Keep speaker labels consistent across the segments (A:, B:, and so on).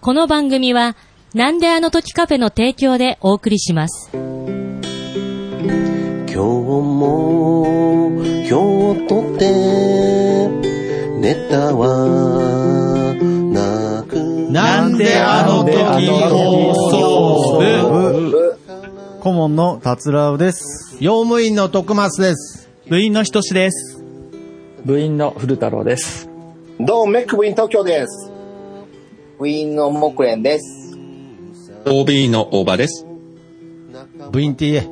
A: この番組は、なんであの時カフェの提供でお送りします。
B: 今日も今日とってネタはなく
C: なんであの時放送部
D: 顧問の達郎です。
C: 用務員の徳松です。部員のひとしです。
E: 部員の古太郎です。
F: どうも、メック部員東京です。部員の木蓮です。
G: OB の大場です。
C: 部員って言え。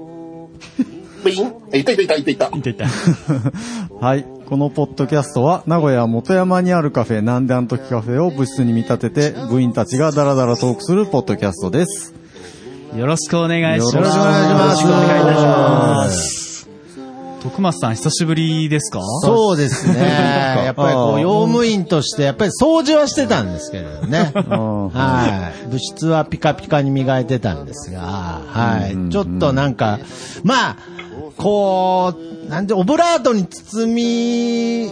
F: 部員あいたいたいたいたいた。
D: はい。このポッドキャストは、名古屋元山にあるカフェ、なんであの時カフェを部室に見立てて、部員たちがダラダラトークするポッドキャストです。
H: よろしくお願いします。
D: よろしくお願いします
H: よろしくお願いいたします。徳松さん、久しぶりですか
C: そうです ね。やっぱりこ
D: あー
C: う、用務員として、やっぱり掃除はしてたんですけれどね。
D: ん
C: はい。物質はピカピカに磨いてたんですが、は
D: うん
C: い。ちょっとなんか、まあ、こう、なんで、オブラートに包み、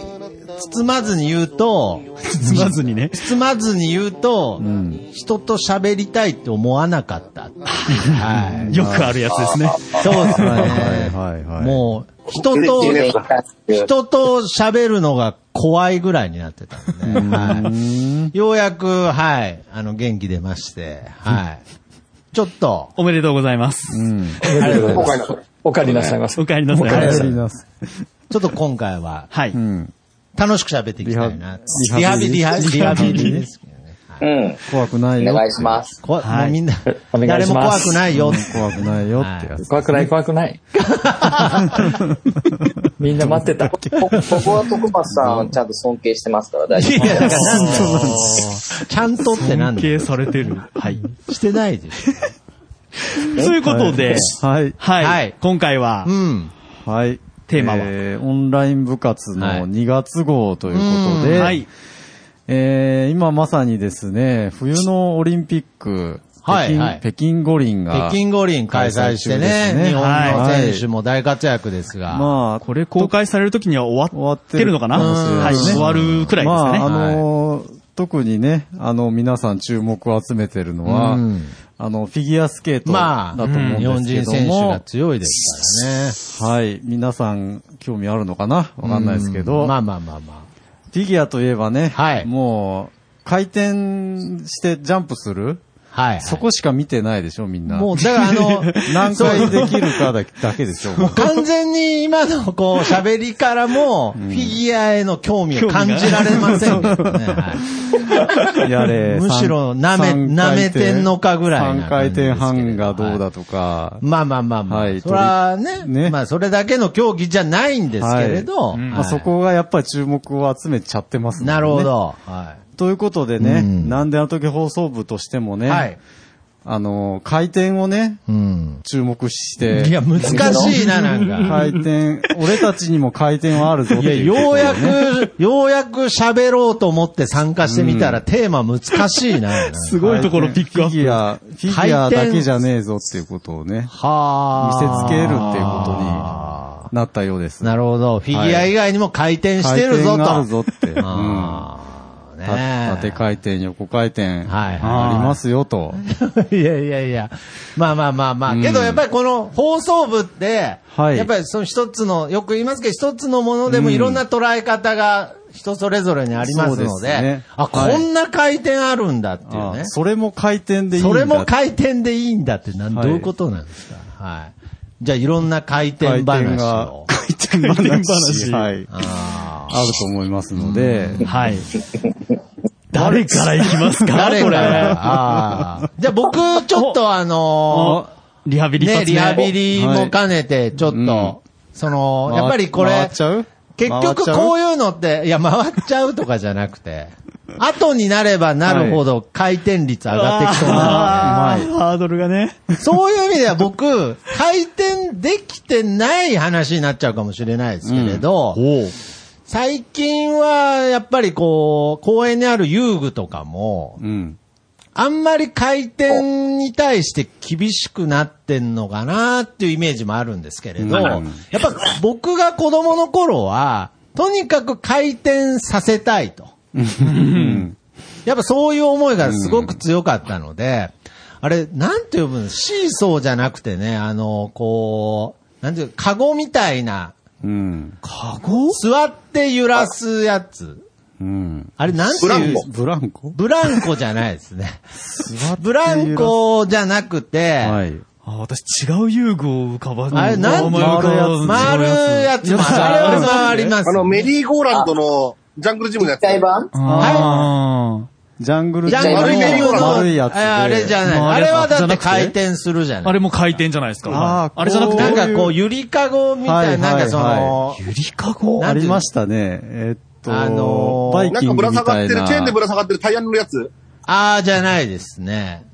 C: 包まずに言うと、
H: 包まずにね。
C: 包まずに言うと、
D: ん
C: 人と喋りたいって思わなかったっていう。はい。
H: よくあるやつですね。
C: そうですね。
D: はいはいはい
C: もう、人と、
F: 人
C: 人と喋るのが怖いぐらいになってたんで、はい、ようやく、はい、あの、元気出まして、はい。ちょっと、
H: おめでとうございます。
E: ありがとうございま
F: 今回
E: す。お帰りなさいませ。
H: お帰りなさい。
C: お帰りなさ
D: やります。
C: ちょっと今回は、
H: はい。
D: うん。
C: 楽しく喋っていきたいな。
D: リハビリ
C: リハビリ、リハビリですけどね。
F: うん。
D: 怖くないよ。
F: お願いしま。す。
C: 怖
H: はい
C: もうみんな、
E: お願い
C: 誰
E: し
C: も
E: ま
C: 怖
E: す
C: くないよ。
D: 怖くないよってやつ。
E: 怖くない怖くない。みんな待って た。
F: ここは徳松さんちゃんと尊敬してますから大丈
C: いや、 なんだよちゃんとってなんだよ
H: 敬されてる。はい。
C: してない でしょ。
H: ということで、
D: はい。
H: はい。
C: はい
H: 今回は、
C: うん。
D: はい。
H: テーマは
D: えーオンライン部活
C: はい
D: の2月号ということで、
H: はい。
D: えー今まさにですね、冬のオリンピック、
C: は
D: 北
C: い
D: 京
C: はい
D: 北京五輪が、
C: 北京五輪開催して
D: 開催中で
C: ね、
D: すね
C: 日本の
D: はい
C: 選手も大活躍ですが。
D: まあ、
H: これ公開される時には終
D: 終
H: わ
D: わ
H: っ
D: ってて
H: る
D: る
H: のかな
D: うん
H: はい。
D: そうです
H: 終
D: ね
H: わるくらいですかね。
D: まあ、あのー特にね、あの、皆さん注目を集めてるのは、
C: うん
D: あの、フィギュアスケート
C: ま
D: だ
C: あ、
D: と思
C: 日
D: う
C: 本
D: んで
C: 人
D: すけど
C: 選手
D: も、
C: が強いですからね。
D: はい、皆さん興味あるのかなわかんないですけど、
C: まあまあまあま
D: フィギュアといえばね、
C: はい
D: もう、回転してジャンプする、
C: あ。はい、はい。
D: そこしか見てないでしょ、みんな。
C: もう、だからあの、
D: 何回できるかだけだけで しょ、もう
C: 完全に今のこう、喋りからも、フィギュアへの興味を感じられませ んけどね。はい
D: やれ。
C: むしろ
D: 三
C: 舐め
D: 三
C: 舐
D: 回
C: め
D: 転
C: てんのかぐらいな
D: 3回
C: 感じですけ
D: 転
C: ど
D: 半がどうだとか。
C: まあまあまあまあ。
D: はい
C: それはね、
D: ね
C: まあそれだけの競技じゃないんですけれど。
D: はい
C: はい
D: まあ、そこがやっぱり注目を集めちゃってますもんね。
C: なるほ。ど。は
D: ということでね、
C: うん
D: なんであの時放送部としても
C: い。
D: ね、
C: はい。
D: あの、回転をね、
C: うん。
D: 注目して。
C: いや、難しいな、なんか。
D: 回転、俺たちにも回転はあるぞって
C: いや、
D: いう。
C: ようやく、ようやく喋ろうと思って参加してみたら、テーマ難しいな。なんか
H: すごいところピックアッ
D: フィギ
H: プ。
D: ュア、フィギュアだけじゃねえぞっていうことをね、見せ
C: はあ。
D: つけるっていうことになったようです。
C: なるほど。フィギュア以外にも回転してる
D: 回
C: ぞと。
D: 転があるぞって。うん
C: ああ。ね
D: た縦回転、横回転、
C: はい
D: ありますよと。
C: え。いやいやいや。 まあまあまあまあ。けどやっぱりこの放送部って、
D: はい
C: やっぱりその一つの、よく言いますけど、一つのものでもいろんな捉え方が人それぞれにありますので、
D: そうですね
C: あ、
D: はい
C: こんな回転あるんだっていうね
D: あ。それも回転でいいんだ
C: それも回転でいいんだってなん、
D: はい
C: どういうことなんですかはい。じゃあいろんな回
D: 回
C: 転
D: 転
C: 話
D: が
C: を。
D: 回転話。 はい。あると思いますので、
H: はい。誰から行きますか
C: 誰
H: こ
C: か
H: れ。
C: らあーじゃあ僕、ちょっとあの
H: おリハビ
C: ー
H: リ一
C: ね、
H: 発目
C: リハビリも兼ねて、ちょっ
D: うん
C: と、その、やっぱりこ
D: 回
C: れ
D: っ、ちゃう
C: 結局こういうのって、いや、回っちゃうとかじゃなくて、後になればなるほど回転率上がってきそうな
H: あ
D: う
H: ーハードルがね。
C: ので、そういう意味では僕、回転できてない話になっちゃうかもしれないですけれど、最近は、やっぱりこう、公園にある遊具とかも、
D: うん。
C: あんまり回転に対して厳しくなってんのかなっていうイメージもあるんですけれど、
D: うん
C: やっぱ僕が子供の頃は、とにかく回転させたいと。やっぱそういう思いがすごく強かったので、あれ、なんて呼ぶのシーソーじゃなくてね、あの、こう、なんていうカゴみたいな、
D: うん。
C: カゴ座って揺らすやつ。
D: うん。
C: あれ、なんていう
D: ブランコ
C: ブランコじゃないですね。
D: 座って
C: ブランコじゃなくて、
D: はい。
H: あ、私違う遊具を浮かば
C: あれ、なんて
H: 名前浮かば
C: 回るやつもある。あれは回ります。
I: あの、メリーゴーランドのジャングルジムのやつ。
F: 台版
H: あ
D: ジャングル
C: ジャングル
F: ジャングル
C: メリーゴーランド
D: 丸いやつで。
C: あれじゃない。あ
H: 回る
C: れ
H: やつ
C: はだっ
H: じゃ
C: て
H: なくて
C: 回転するじゃ
H: ーあ
C: ない。
H: れも回転じゃないです
D: あ
H: か。
D: ー
H: あれじゃなくて、
C: なん
D: こう
C: か
D: いう
C: こう、ゆりかごみたいな、
D: はい
C: なんかその、
H: ゆりかご
C: な
D: あ
C: んていう
D: り
C: の
D: ましたね。えっと、
C: あのー
D: バイ
I: な
D: キ
I: んか
D: ン
I: ぶ
D: グ
I: ら
D: み
I: 下が
D: た
I: っ
D: い
I: てる、
D: な。
I: チェーンでぶら下がってるタイヤに乗るやつ。
C: ああじゃないですね。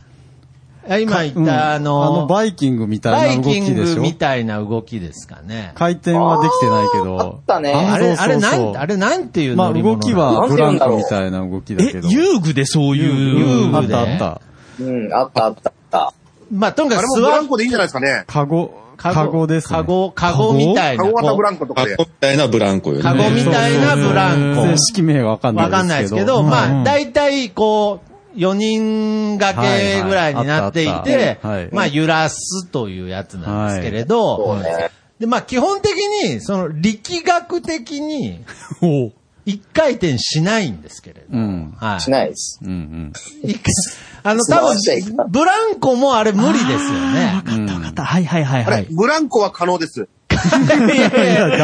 C: あ今言った、
D: うん
C: あ
D: あの、
C: の、
D: バイキングみ
C: バ
D: たい
C: イ
D: な動
C: キ
D: き
C: ン
D: でし
C: グ
D: ょ
C: みたいな動きですかね。
D: 回転はできてないけど。
F: あーあったね
C: あれ、あ
D: そ
C: れ
D: うそうそう
C: なん、あれなんていう
D: まあ
C: 乗り
D: 動
C: 物
D: き
C: なの
D: は
F: なん
D: ブ
F: て言
D: ラ
F: う
D: ン
F: んだろ
D: コ
F: う
D: みたいな動きだけ
H: え
D: ど。、
H: 遊具でそう
D: う
H: い
D: ん
H: う。
D: あ
C: 遊具
D: っ
C: で
D: たあった。
F: うん、あったあったあっ
C: まあ、とに
I: あ
C: か
I: れ
C: く
I: もブラ
C: 座
I: ンコでいいんじゃないですかね。
D: カゴ、カゴです、ね。
C: カゴ、カゴみたい
I: カ
C: な。
I: ゴ型
C: こう
I: ブランコとか
G: あ
I: で
G: こ。みたいなブランコよ
C: カ
G: ね。
C: ゴみたいなブラン
D: 正
C: コ。
D: 式名わかんないですけど。
C: わかんないですけど、ま
H: うん
C: あ、大体こう、4人掛けぐらいになってい
D: はいはいあってたあったはい、
C: まあ、揺らすというやつなんですけれど、
F: そうね。
C: で、まあ、基本的に、その、力学的に、
H: おう
C: 一回転しないんですけれど。
D: うん。
C: はい。
F: しないです。
D: うんうん。
C: 一回 あの、多
F: 砂はしちゃいか
C: 分、ブランコもあれ無理ですよね。
H: わかったわかった。はいはい はい
I: あ
H: は
I: れ
H: い、。
I: ブランコは可能です。
C: いやいや、い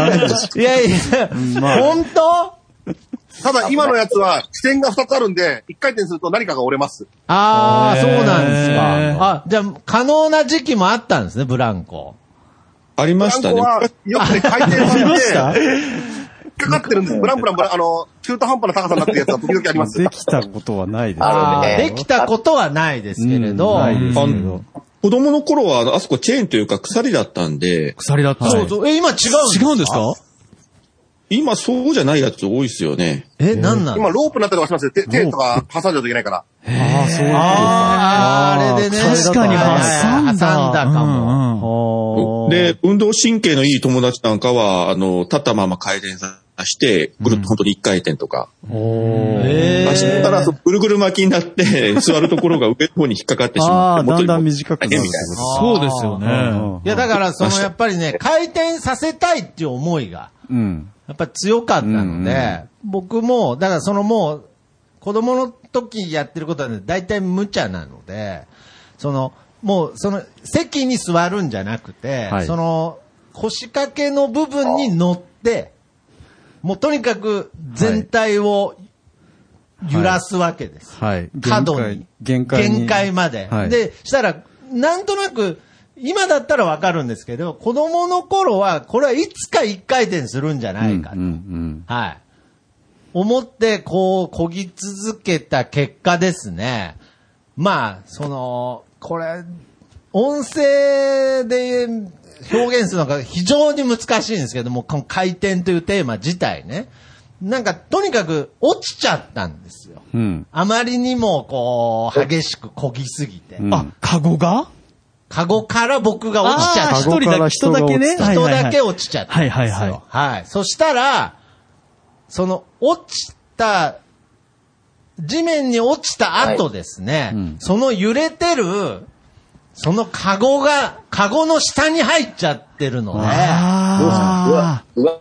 C: やいや、本当
I: ただ、今のやつは、支点が2つあるんで、1回転すると何かが折れます。
C: ああ、
H: へ
C: そ
H: ー
C: うなんですか。あ、じゃあ、可能な時期もあったんですね、ブランコ。
G: あり
I: ブ
G: ま
I: ラ
G: し
I: ン
G: た
I: コ
G: ね。
I: は、よくね、回転さ
D: ありま
I: せ、
D: してた
I: 引っかかってるんです。ブランブランブラン、あの、中途半端な高さになってるやつは時々あります。
D: できたことはないです。
F: あ
C: あ
F: る
C: ー
F: ね。
C: できたことはないですけれ
D: うん
C: ど。
D: ないですけど。
G: 子供の頃は、あのあそこチェーンというか鎖だったんで、
H: 鎖だった。
C: そうそう。え、今違うんですか
H: 違うんですか
G: 今そうじゃないやつ多いですよね。
C: え、なんなん
I: 今、ロープになったりとかしますよ。手手とか挟んじゃうといけないから。
D: ああ、そういうこと
C: あーあれでね。
H: 確かに
C: はい
H: 挟んだ。
C: 挟んだかも。
H: うんうん
D: あー、
G: で、運動神経のいい友達なんかは、あの、立ったまま回転させて、ぐるっと本当に一回転とか。
C: え
G: 走った
C: ー
G: ら、そうぐるぐる巻きになって、座るところが上の方に引っかかってし
D: あ
G: まって、
D: ー、だんだん
G: 元に
D: 短くなるってこ
H: そうですよね。
D: と
C: いや、だから、その、やっぱりね、回転させたいっていう思いが、
D: うん。
C: やっぱ強かったの
D: うん
C: で、僕も、だからそのもう、子供の時やってることはね、大体無茶なので、その、もう、その、席に座るんじゃなくて、
D: はい
C: その、腰掛けの部分に乗って、もうとにかく全体を揺らすわけです。
D: はい。
C: 角に。
D: 限界に。
C: 限界まで。
D: はい
C: で、したら、なんとなく、今だったらわかるんですけど、子供の頃は、これはいつか一回転するんじゃないかと。
D: うんうん
C: はい。思って、こう、こぎ続けた結果ですね。まあ、その、これ、音声で表現するのが非常に難しいんですけども、この回転というテーマ自体ね。なんか、とにかく落ちちゃったんですよ。
D: うん。うん。
C: あまりにも、こう、激しく漕ぎすぎて、
D: うん
H: あ、カゴが
C: カゴから僕が落ちちゃ
H: あー
D: カ
C: った。
D: ゴ
H: 一人
D: から
H: だ、
D: 人
H: 人
D: が
H: だけね。はい
C: 人
H: はいはい
C: だけ落ちちゃったんですよ。
H: はいはいはい
C: はい。そしたら、その、落ちた、地面に落ちた後ですね、
D: うん
C: その揺れてる、そのカゴが、カゴの下に入っちゃってるので、
H: あ
F: うわ、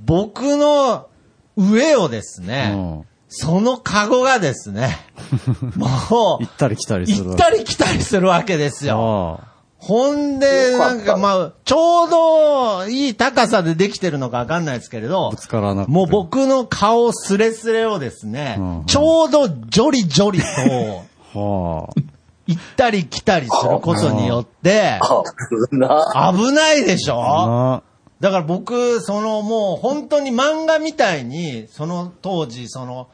C: 僕の上をですね、
D: うん
C: そのカゴがです ね、もう
D: 行、ったり来たりする
C: 行ったり来たりするわけですよ。
D: あ
C: ほんで、なんかまあ、ちょうどいい高さでできてるのかわかんないですけれ
D: あ。
C: ど
D: ぶ、つからなくて
C: もう僕の顔すれすれをですね
D: うん、
C: ちょうどジョリジ ョリと、
D: は
C: 行ったり来たりすることによって、
F: あ危な。
C: 危ないでし
D: あ。
C: ょ
D: な
C: だから僕、そのもう本当に漫画みたいに、その当時、その、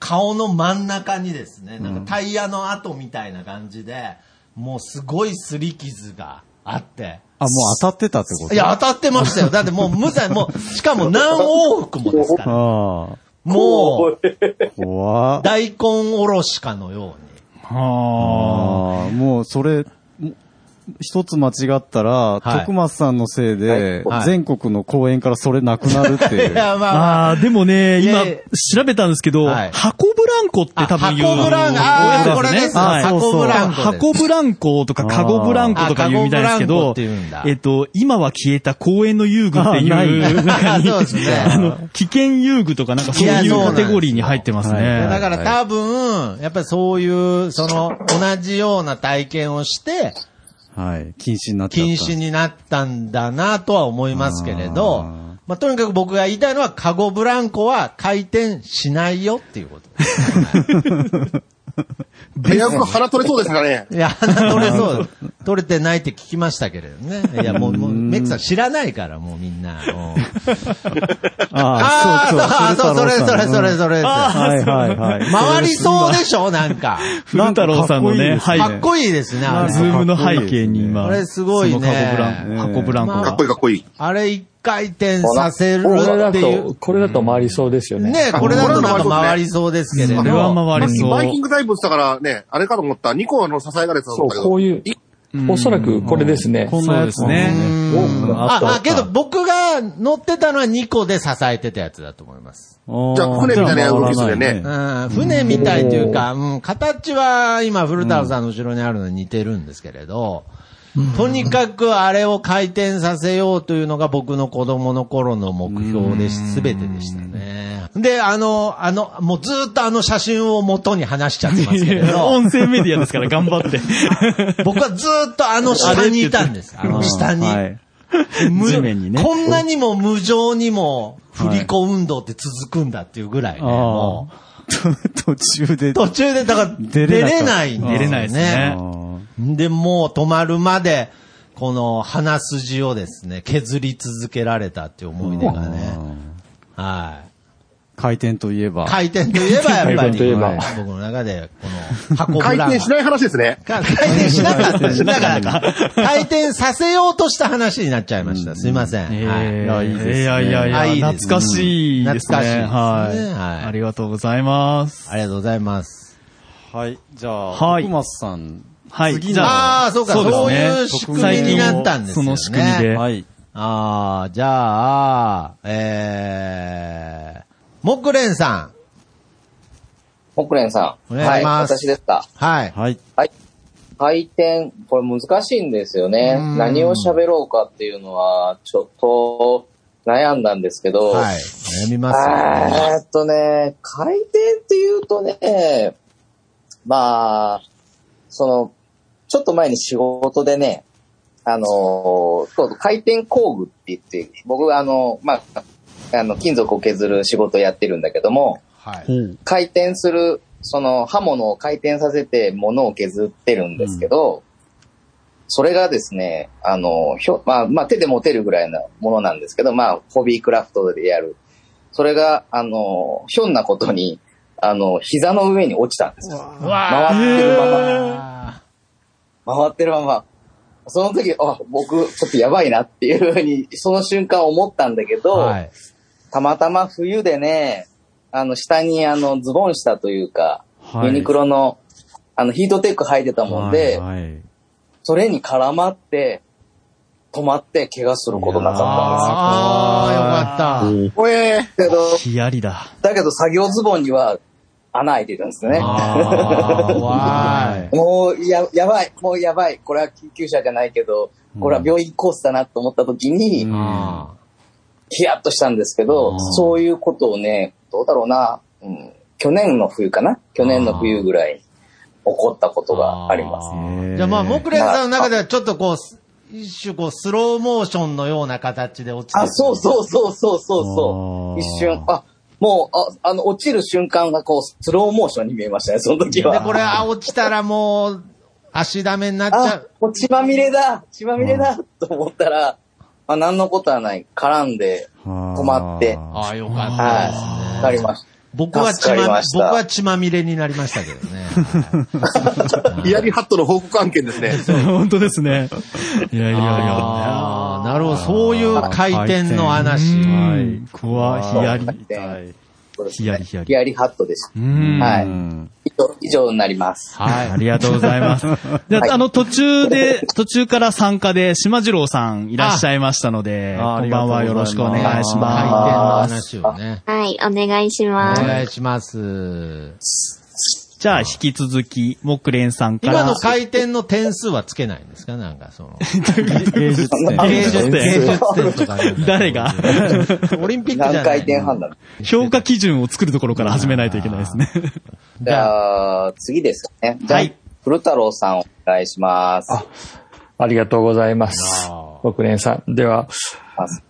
C: 顔の真ん中にですね、なんかタイヤの跡みたいな感じで、もうすごい擦り傷があって、
D: あ、もう当たってたってこと
C: いや、当たってましたよ。だってもう無罪、もう、しかも何往復もですか
D: あ
C: ら。もう、
D: あ。怖っ
C: 大根おろしかのように。
H: あ。ああ。
D: ああ、もうそれ、も一つ間違ったら、
C: はい
D: 徳松さんのせいで
C: はい、
D: 全国の公演からそれなくなるってい。
C: いうや、まあまあ、
H: ああー、でもね、
C: い
H: 今
C: やいや、
H: 調べたんですけど、
C: はい
H: 箱ブランコって多分言う。
C: あ箱ブランコあー
H: 覚えてます
C: これです
H: はい
C: 箱ブランコです
H: 箱ブランコとか、カゴブランコとか言うみたいですけ
C: あカゴブランコ
H: ど
C: って言うんだ、
H: えっと、今は消えた公園の遊具ってい
D: あーな
H: う中に、
C: そうですね
H: あの、危険遊具とかなんかそう
C: い
H: い
C: やそう
H: う
C: な
H: カ
C: んですよ
H: テゴリーに入ってます
D: はい
H: ね。
C: だから多分、やっぱりそういう、その、同じような体験をして、
D: はい。禁止になっちゃった。
C: 禁止になったんだなとは思いますけれ
D: あ
C: ど、
D: ー
C: まあ、とにかく僕が言いたいのは、カゴブランコは回転しないよっていうこと。
I: 危うく腹取れそうでしたね。
C: いや、鼻取れそう。取れてないって聞きましたけれどね。いや、もう、もうメックさん知らないから、もうみんな。うん
D: あ
C: ああ、
D: あ、
C: そ
D: そううそう
C: そ、
D: う。
C: それ、それ、それ、それです。
D: はいはいはい。
C: 回りそうでしょなんか。
H: 古太郎さんのね、はい。
C: かっこいいですね、あ
D: は
C: れ
D: い
H: ズームの背景に今、
C: あれすごいね
H: そのカゴブラ
D: ね
H: ンコ、箱ブランコ
C: ま
I: かっ
H: が
I: こいいかっこいい。
C: あれ一回転させる
E: これ
C: っ
E: だ
C: ていう
E: と、。これだと回りそうですよね。
C: ねこれだとなんか回りそうですけれど。
H: これは回りそう。
I: バイキングダイブしたからね、あれかと思ったら2個の支えられてた
E: そ
I: と思
E: う、
I: ったけ
E: こ
I: ど、
E: ういう、おそらくこれですね。
D: こんなやつ
H: そうですね
D: ね。
E: うん
C: あ、
E: った
C: あ、けど僕が乗ってたのは2個で支えてたやつだと思います。
D: じ
I: じゃあ船みたいな動きするよね
C: うん、船みたいというか、うん、形は今古田さんの後ろにあるのに似てるんですけれど、とにかくあれを回転させようというのが僕の子供の頃の目標でし、すべてでしたね。で、あの、あの、もうずーっとあの写真を元に話しちゃってますけれ ど、
H: 音声メディアですから頑張って。
C: 僕はずーっとあの下にいたんです。あの下に。
D: はい。
C: 無
H: 地面にね
C: こんなにも無情にも振り子運動って続くんだっていうぐらいね、
D: ああ
C: もう。
D: 途中で。
C: 途中で、だから、出
D: 出れなかった
C: れないんですよね。
H: 出れないですね
C: で、もう止まるまで、この鼻筋をですね、削り続けられたっていう思い出がね。はい。
D: 回転といえば。
C: 回転といえばやっ
E: 回
C: ぱ
E: 転とい
C: り、
E: えば
C: はい僕の中で、この、箱ブ
I: 回
C: ラン
I: 転しない話ですね。
C: か回転しなかったです。だから、回転させようとした話になっちゃいました。すいません。はい
H: え
D: やいいですね
H: ーいやいやい
C: あいいで
H: や、
C: す
H: 懐かしいです
C: 懐
H: ね。
C: かしいですねは
H: はいい。ありがとうございます。
C: ありがとうございます。
D: はい。じゃあ、
H: はい
D: 徳松さん。
H: はい。
D: 次の
H: じゃ
C: あーそうか
H: ですね
C: そういう仕組みになったんですよね
H: その仕組みで。
D: はい。
C: ああ、じゃあ、えー、木蓮さん。
F: 木蓮さん。
C: お願いします
F: はい、私でした。
C: はい。
D: はい。
F: 回転、これ難しいんですよね
C: うん。
F: 何を喋ろうかっていうのは、ちょっと悩んだんですけど、
C: はい。悩みますよね。
F: えーっとね、回転って言うとね、まあ、その、ちょっと前に仕事でね、あの、そう回転工具って言って、僕はあの、まあ、あの、金属を削る仕事をやってるんだけども、
C: はい。
F: 回転する、その刃物を回転させて物を削ってるんですけど、それがですね、あの、ひょまあ、まあ手で持てるぐらいのものなんですけど、まあ、ホビークラフトでやる。それが、あの、ひょんなことに、あの、膝の上に落ちたんですよ。回ってるまま。回ってるまま。その時、あ、僕、ちょっとやばいなっていうふうに、その瞬間思ったんだけど、
C: はい。
F: たまたま冬でね、あの、下にあの、ズボン下というか、
D: はい
F: ユニクロの、あの、ヒートテック履いてたもんで、
D: はい。
F: それに絡まって、止まって怪我することなかっ
C: ああ、よかっ
I: おえ
F: たんですけど、
H: ヒヤリだ。
F: だけど作業ズボンには穴開いてたんですね
C: た。。ああ、わ ーい。
F: もうや、やばい、もうやばい、これは救急車じゃないけど、これは病院コースだなと思った時に、
C: あ
F: ヒヤッとしたんですけど、そういうことをね、どうだろうな、うん、去年の冬かな去年の冬ぐらいに起こったことがあります。
C: ーじゃあまあ、木蓮さんの中ではちょっとこう、一種こう、スローモーションのような形で落ちて
F: あ、そうそうそうそうそうそ
D: あ
F: う。
D: ー
F: 一瞬、あ、もう、ああの、落ちる瞬間がこう、スローモーションに見えましたね、その時
C: で、
F: は。
C: これ、あ、落ちたらもう、足ダメになっちゃ
F: あ
C: う。、
F: もう血まみれだ血まみれだ、と思ったら、まあ、何のことはない。絡んで、
D: 止
F: 止まって
C: ああ、よかったですね。
F: はい。わかりまし
C: 僕は血
F: 助かり
C: ま
F: ま、し
C: 僕
F: た
C: は血まみれになりましたけど ね。
I: ー、イヤリハットの報告案件です ね。
H: 本当ですね。いやいやいや。
C: ああ、なるほど。そういう回転の話。
H: はい。ここはヒヤリ。
F: た。ことです
H: ヒヤリヒヤリ
F: ヒヤリハットです。
H: うん
F: はい
D: うん
F: 以上、以上になります。
H: はい。ありがとうござい ます。じゃ
F: はい
H: あ、あの、途中で、途中から参加で、島次郎さんいらっしゃいましたので、
D: ああ
H: こんばんは
D: あり
H: よ
D: がとうご
H: ろ
D: ざいま
H: し
D: す
H: くお願いし
C: 回
H: ま
C: 転の
H: す。
C: 話をね。
J: はい、お願いしま
C: お
J: す。
C: 願いします。
H: じゃあ、引き続き、木蓮さんか
C: 今の
H: ら。
C: 回転の点数はつけないんですかなんかその。
D: 芸術点。
H: 芸術点
C: 芸術点とかね。
H: 誰が
C: オリンピックじゃ
F: 何
C: な
F: 回
C: い
F: 転半だ
H: 評価基準を作るところから始めないといけないですね。
F: じゃあ、次ですね。じゃあ、
H: はい
F: 古太郎さんお願いします。
E: ありがとうございます。木蓮さん。では、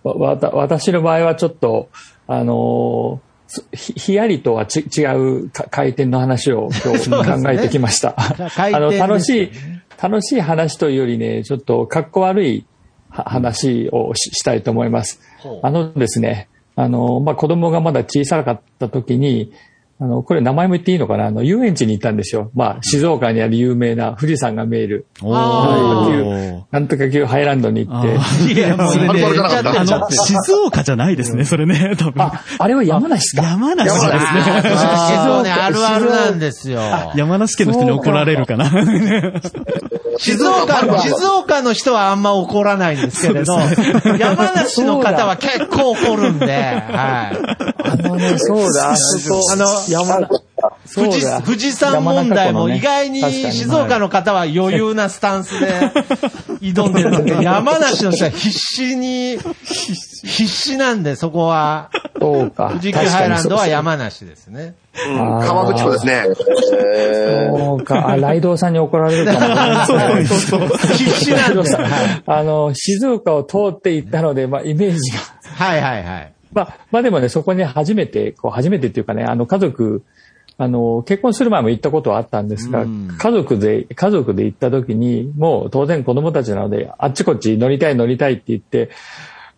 E: わわた私の場合はちょっと、あのーすひひやりとはち違うか回転の話を 今日考えてきました。
C: じゃあ回
E: あ
C: 転
E: の
C: ですね
E: 楽しい、楽しい話というよりね、ちょっとかっこ悪いは話をししたいと思います。あのですね、あの、まあ、子供がまだ小さかった時に、あの、これ名前も言っていいのかなあの、遊園地に行ったんですよ。まあ、静岡にある有名な富士山が見える、
H: おー。
E: なんとか級ハイランドに行
H: あ
E: って、
H: ーいや、もうそれで、
I: 丸々なかった
H: あの、静岡じゃないですね、それね、多分。
E: あ、あれは山梨か。
H: 山梨ですね。
C: そうね、あるあるなんですよ。
H: 山梨県の人に怒られるかな。
C: 静岡の、静岡の人はあんま怒らないんですけれど、山梨の方は結構怒るんで、はい。
E: あのね、そうだ、あそこ、
C: あの、
E: 山梨。
C: 富
E: そう
C: 士
E: だ
C: 富士山問題も意外に
E: 山中湖のね確かに
C: 静岡の方は余裕なスタンスで挑んでる ので、山梨の人は必死に、必死なんで、そこは。
E: そうか。
C: 富士急ハイランドは山梨です
I: うん
C: ね。
I: 川口湖ですね。
E: そうか。あ、ライドウさんに怒られるかもしれない。そうそうそう。
C: 必死なんで。はい
E: あの、静岡を通って行ったので、まあ、イメージが。
C: はいはいはい。
E: まあ、まあでもね、そこに初めて、こう、初めてっていうかね、あの、家族、あの、結婚する前も行ったことはあったんですが、家族で、家族で行った時に、もう当然子供たちなので、あっちこっち乗りたい乗りたいって言って、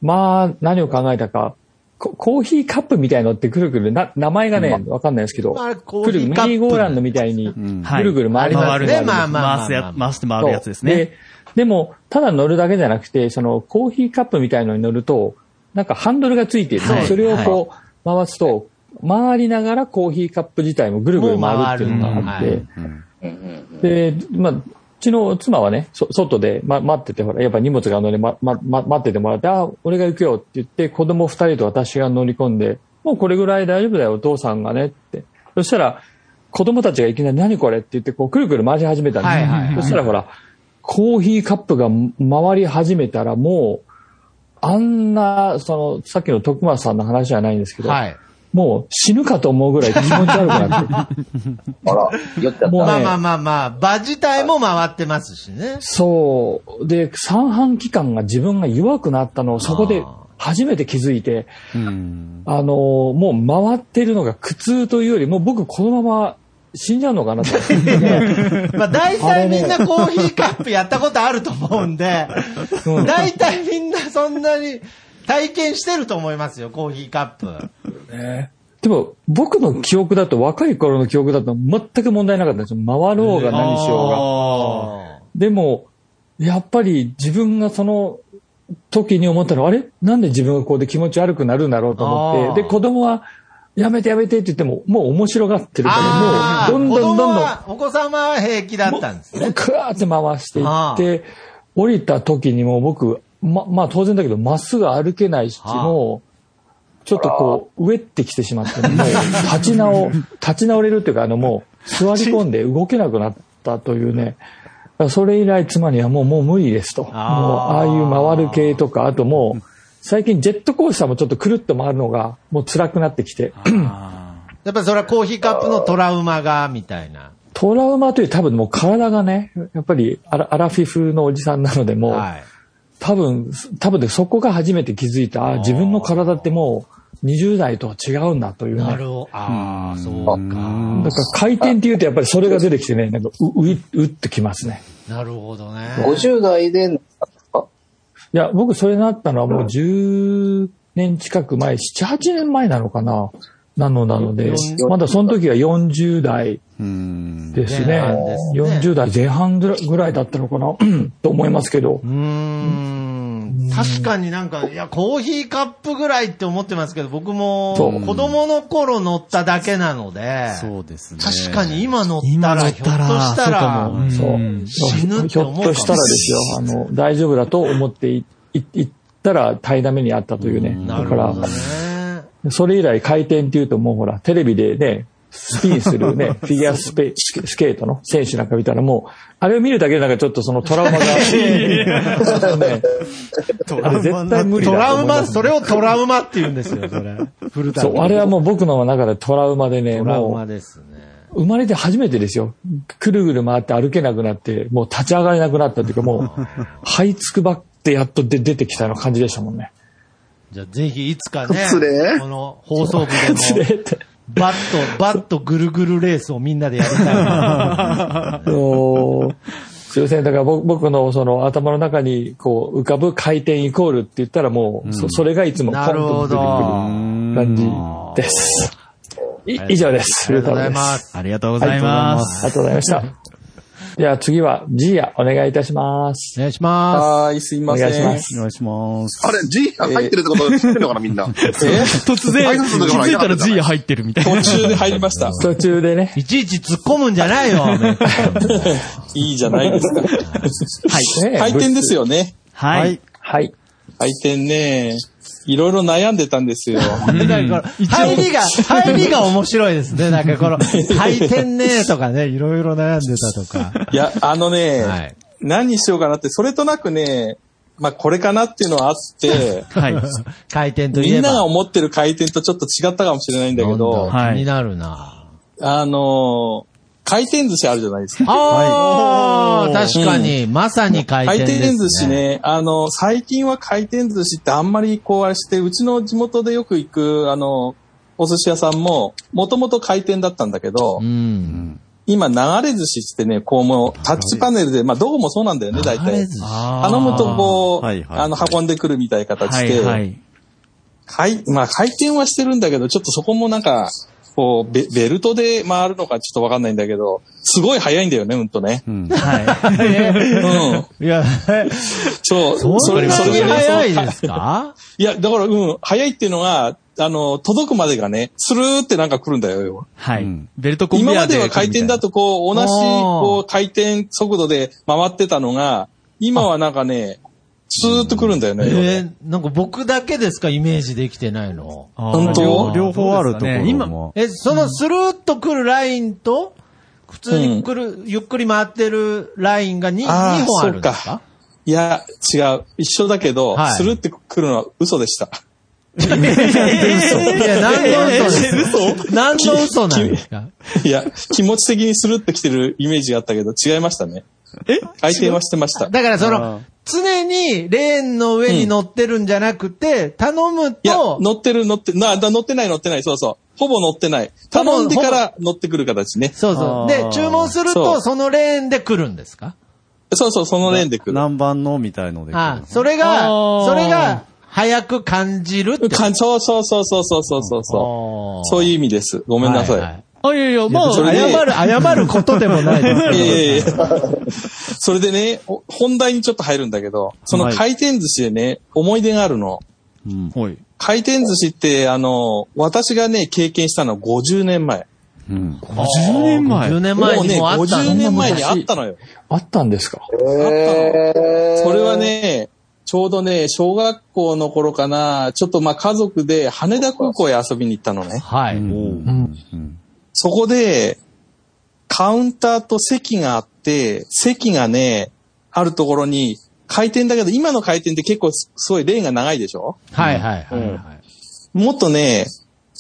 E: まあ、何を考えたか、ココーヒーカップみたいのってくるくる、な、名前がね、わかんないですけど、
C: まあコ
E: く
C: ーヒ
E: る
C: ー
E: ミニ
C: カップ
E: ーゴーランドみたいに、
H: はい
E: ぐるぐる回ります
C: ねまあまあまあまあ
H: 回すや、回して回るやつです
E: そう
H: ね。。
E: でも、ただ乗るだけじゃなくて、そのコーヒーカップみたいのに乗ると、なんかハンドルがついていて、
H: はい
E: それをこう、回すと、回りながらコーヒーカップ自体もぐるぐる回るっていうのがあって
C: もう、
E: で、まあ、うちの妻はね、そ外で、ま、待ってて、ほら、やっぱ荷物があるので、ま、ま、ま待っててもらって、あ、俺が行くよって言って、子供二人と私が乗り込んで、もうこれぐらい大丈夫だよ、お父さんがねって。そしたら、子供たちがいきなり何これって言って、こう、くるくる回し始めたんですよ。
C: はいはいはい
E: そしたらほら、コーヒーカップが回り始めたら、もう、あんな、その、さっきの徳松さんの話じゃないんですけど、
C: はい。
E: もう死ぬかと思うぐらい気持ち悪くなって。
F: あら、酔っちゃっ
E: もう
F: た。
C: まあまあまあまあ、場自体も回ってますしね。
E: そう。で、三半規管が自分が弱くなったのをそこで初めて気づいて、あのーもう回ってるのが苦痛というより、もう僕このまま死んじゃうのかなと。
C: まあ大体みんなコーヒーカップやったことあると思うんで、大体みんなそんなに体験してると思いますよ、コーヒーカップ。
E: でも、僕の記憶だと、若い頃の記憶だと全く問題なかったんですよ。回ろうが何しようが。でも、やっぱり自分がその時に思ったのは、あれなんで自分がここで気持ち悪くなるんだろうと思
C: あー
E: って、で、子供は、やめてやめてって言っても、もう面白がってる
C: あ
E: か
C: あ、
E: ら、もう、どんどんどん
C: 子供
E: どん、
C: はお子様は平気だったんですね。
E: クワーって回してい
C: あ
E: って、降りた時にもう僕、ま、まあ当然だけど、まっすぐ歩けないし、
C: あ
E: もう、ちょっとこう、上ってきてしまって、も う、立ち直、立ち直れるっていうか、あのもう、座り込ん で動けなくなったというね。だからそれ以来妻にはもう、もう無理ですと。もう、ああいう回る系とか、あともう、最近ジェットコースターもちょっとくるっと回るのが、もう辛くなってきて。
C: やっぱりそれはコーヒーカップのトラウマが、みたいな。
E: トラウマという多分もう体がね、やっぱりアラアラフィフのおじさんなのでもう、
C: はい。
E: 多分、多分でそこが初めて気づいた、あ自分の体ってもう20代とは違うんだというね。
C: な
E: だか
C: るほど。ああ、そうか。
E: ら回転って言うとやっぱりそれが出てきてね、なんかう、う、うってきますね。
C: なるほどね。
F: 50代で、
E: いや、僕それなったのはもう10年近く前、7、8年前なのかな。なのなので、まだその時は40代
D: うん。
E: です
C: 前
E: ね
C: 半です。ね
E: 40代前半ぐらいだったのかなと思いますけど。
C: うーん。うん確かになんか、いや、コーヒーカップぐらいって思ってますけど、僕も
E: そう
C: 子供の頃乗っただけなので、
D: そうですね。
C: 確かに今乗った
H: 今
C: ら、
H: だっ
C: ひょったと
H: ら、
C: したら、
H: そうかも。
E: そう
H: うん
C: 死ぬって
E: ひょ
C: 思
E: っ
C: う
E: としたらですよ、あの、大丈夫だと思っていい行ったら大変な目にあったというね。
C: な
E: だ
C: る
E: か
C: ほど
E: ら、
C: ね。
E: それ以来回転っていうともうほら、テレビでね、スピンする ね、フィギュアスペスケスケートの選手なんか見たらもう、あれを見るだけでなんかちょっとそのトラウマが、ね
D: ト
E: あれ絶対無理だ
C: トラウ
E: と思
C: マ、
E: います
C: それをトラウマって言うんですよ、それ。古田
E: そう、あれはもう僕の中でトラウマでね、
C: トラウマ
E: も
C: ですね。
E: う、生まれて初めてですよ。くるぐる回って歩けなくなって、もう立ち上がれなくなったっていうか、もう、這いつくばってやっとで出てきたような感じでしたもんね。
C: じゃあぜひいつかね
I: 失礼、
C: この放送部でも、
E: 連れて
C: バット、バットぐるぐるレースをみんなでやりたいな。
E: あのーすいません。だから僕僕のその頭の中にこう浮かぶ回転イコールって言ったらもう、そそれがいつもポン
C: なるほ
E: と出てくる
C: ど。
E: 感じです。い以上です。
C: ありがとうございます。
H: ありがとうございます。
E: ありがとうございました。じゃあ次はジーヤお願いいたします。
C: お願いします。
J: はーい、すい
E: お
J: ません。
E: 願いします。
D: お願いします。
I: あれ、G が入ってるってこと知ってんのかな、 みんな。
H: 突然、
I: 挨
H: 気
I: 拶の時ほら
H: づいたら G 入ってるみたいな。
J: 途中で入りました。
E: 途中でね。
C: いちいち突っ込むんじゃないよ。
J: いいじゃないですか。
E: はい。
J: 回転です
E: よ。
J: よね。
H: はい。
E: はい。
J: 回転ね。いろいろ悩んでたんですよ。
C: 入りが、入りが面白いですね。なんか この、回転ねとかね、いろいろ悩んでたとか。
J: いや、あのね、
C: はい。
J: 何にしようかなって、それとなくね、まあこれかなっていうのはあって、
H: はい。
C: 回転とい
J: み
C: えば。
J: んなが思ってる回転とちょっと違ったかもしれないんだけど、
C: なんだ
H: はい
C: 気になるな。
J: あのー回転寿司あるじゃないですか。
C: ああ、確かに、まさに回
J: 回
C: 転で
J: 転
C: す、ね。
J: 寿司。ね、あの、最近は回転寿司ってあんまりこうあれして、うちの地元でよく行く、あの、お寿司屋さんも、もともと回転だったんだけど、
C: うん。
J: 今流れ寿司ってね、こうもうタッチパネルで、まあどこもそうなんだよね、大
C: 流れ
J: 体
C: 寿。司
J: 頼
H: 頼
J: むとこう、
D: はいはい
J: あの、運んでくるみたいな形
H: は
J: で、
H: いはい。
J: 回まあ回転はしてるんだけど、ちょっとそこもなんか、こうベ、ベルトで回るのかちょっとわかんないんだけど、すごい速いんだよね、うんとね。
D: うん。
H: はい。
J: うん。
C: いや、
J: そう、
C: そんなに
J: それで
C: 早いですか
J: いや、だから、うん、早いっていうのが、あの、届くまでがね、スルーってなんか来るんだよ、要は
H: は
D: う
H: い
D: ん。
H: ベルトコンベ
J: 今
H: ヤ
J: ま
H: ーで。
J: では回転だ。とこう、同じ、
C: あー
J: こう、回転速度で回ってたのが、今はなんかね、スーッと来るんだよね。要は
C: え
J: ね
C: ー、なんか僕だけですかイメージできてないの。
H: あー
J: 本当
H: 両
D: 両
H: 両
D: 方
H: 方
D: あ
H: あ
D: る
H: る
D: と
H: と
D: こ
H: こ
D: ろ
H: ろ
D: も
H: も。
C: え、そのスルーっと来るラインと、普通に来る、ゆっくり回ってるラインが 2,
J: あー
C: 2本あるんです
J: そ
C: か
J: いや、違う。一緒だけど、
C: はい
J: スルーって来るのは嘘でした。
C: いや、何の嘘ですか何の嘘なんですか
J: いや、気持ち的にスルーって来てるイメージがあったけど、違いましたね。え回転はしてました。
C: だからその、常にレーンの上に乗ってるんじゃなくて、頼む
J: いや、
C: と、
J: 乗ってる、乗って、な、だ乗ってない、乗ってない、そうそう。ほぼ乗ってない。
C: ほぼ
J: 頼んでから乗ってくる形ね。
C: そうそう。
D: あ
C: で
D: ー、
C: 注文する
J: そ
C: と、
J: う
C: そのレーンで来るんですか
J: そうそう、そのレーンで来る。
D: 何番のみたいので。
C: あーそれが、
H: あー
C: それが、早く感じるって。
J: かんそうそうそうそうそうそうそうそう。
C: あー
J: そういう意味です。ごめんなさい。
C: はは
H: あ、いやいや、まあ、
J: それで
H: 謝る、謝ることでもないです
J: いやいやいやそれでね、お本題にちょっと入るんだけど、その回転寿司でね、思い出があるの。
D: うん。
H: はい。
J: 回転寿司って、あの、私がね、経験したのは50年前。
D: うん。
H: 50年前。
C: 10年
J: も
C: 前
J: う
C: に
J: ね、
C: もあった
J: 50
C: の
J: 年前にあったのよ。
E: あったんですか
J: それはね、ちょうどね、小学校の頃かな、ちょっとまあ家族で羽田空港へ遊びに行ったのね。
C: は
D: う
C: い。
D: ん
J: そこで、カウンターと席があって、席がね、あるところに、回転だけど、今の回転って結構すすごいレーンが長いでしょ
C: はいはいはいはい。
J: もっとね、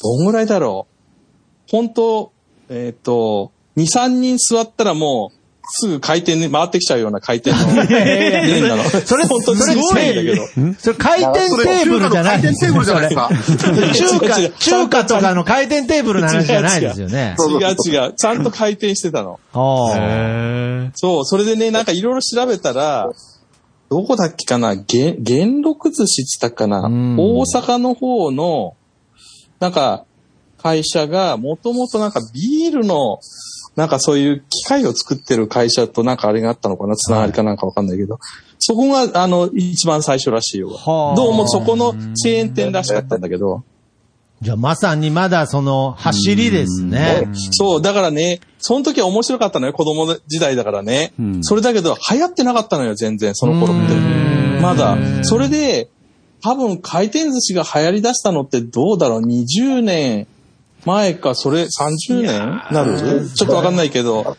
J: どんぐらいだろう。本当えっ、と、2、3人座ったらもう、すぐ回転に回ってきちゃうような回転のレーンなの。それ本当にすごいんだけど。
C: それ回転
I: それ
C: テーブルじゃない
I: 中華の回転テーブルじゃないですか。
C: 中
J: 違う違
C: 華、
J: う
C: 中華とかの回転テーブルの話じゃないですよね。
I: そうそう
J: 違う違う。ちゃんと回転してたの。
C: あ
H: へ
C: ー
H: ー
J: そう、それでね、なんかいろいろ調べたら、どこだっけかな元元禄寿司って言ったかな
C: うん
J: 大阪の方の、なんか、会社が、もともとなんかビールの、なんかそういう機械を作ってる会社となんかあれがあったのかなつながりかなんかわかんないけど、そこが、あの、一番最初らしいよ。どうもそこのチェーン店らしかったんだけど。
C: じゃあまさにまだその走りですね。
J: そう、だからね、その時は面白かったのよ、子供時代だからね。それだけど、流行ってなかったのよ、全然、その頃って。まだ。それで、多分回転寿司が流行り出したのってどうだろう、20年前か、それ30年なるちょっとわかんないけど。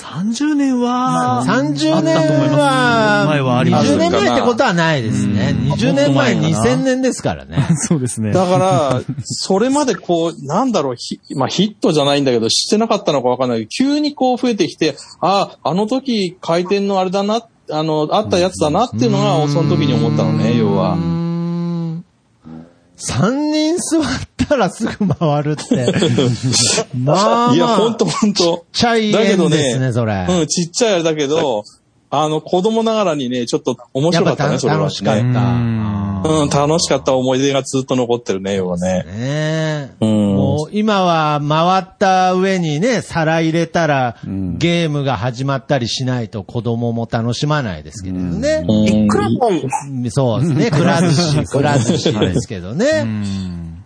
H: 30年は、
C: 30年
H: あったと思います前はあります
C: 20年前ってことはないですね。20年前2000年ですからね。
H: そうですね。
J: だ から、それまでこう、なんだろう、ひまあヒットじゃないんだけど、してなかったのかわかんないけど、急にこう増えてきて、ああ、あの時回転のあれだな、あの、あったやつだなっていうのが、その時に思ったのね、要は。
C: 3人座ったらすぐ回る って。まあ、まあ、
J: いや、ほんとほんと。
C: ちっちゃい
J: だけ
C: 縁
J: ど
C: ですね、それ。
J: うん、ちっちゃいあれだけど、あの、子供ながらにね、ちょっと面
C: や
J: 白か
C: っぱ
J: ったね、それは、ね。
C: 楽しかった。
J: うん、楽しかった思い出がずっと残ってるね、要はね。
C: ね
J: う
C: え
J: ん。
C: もう今は回った上にね、皿入れたら、ゲームが始まったりしないと子供も楽しまないですけれどね。
I: いくらもん、
C: そうです ね、くら寿司、くら寿司ですけどね。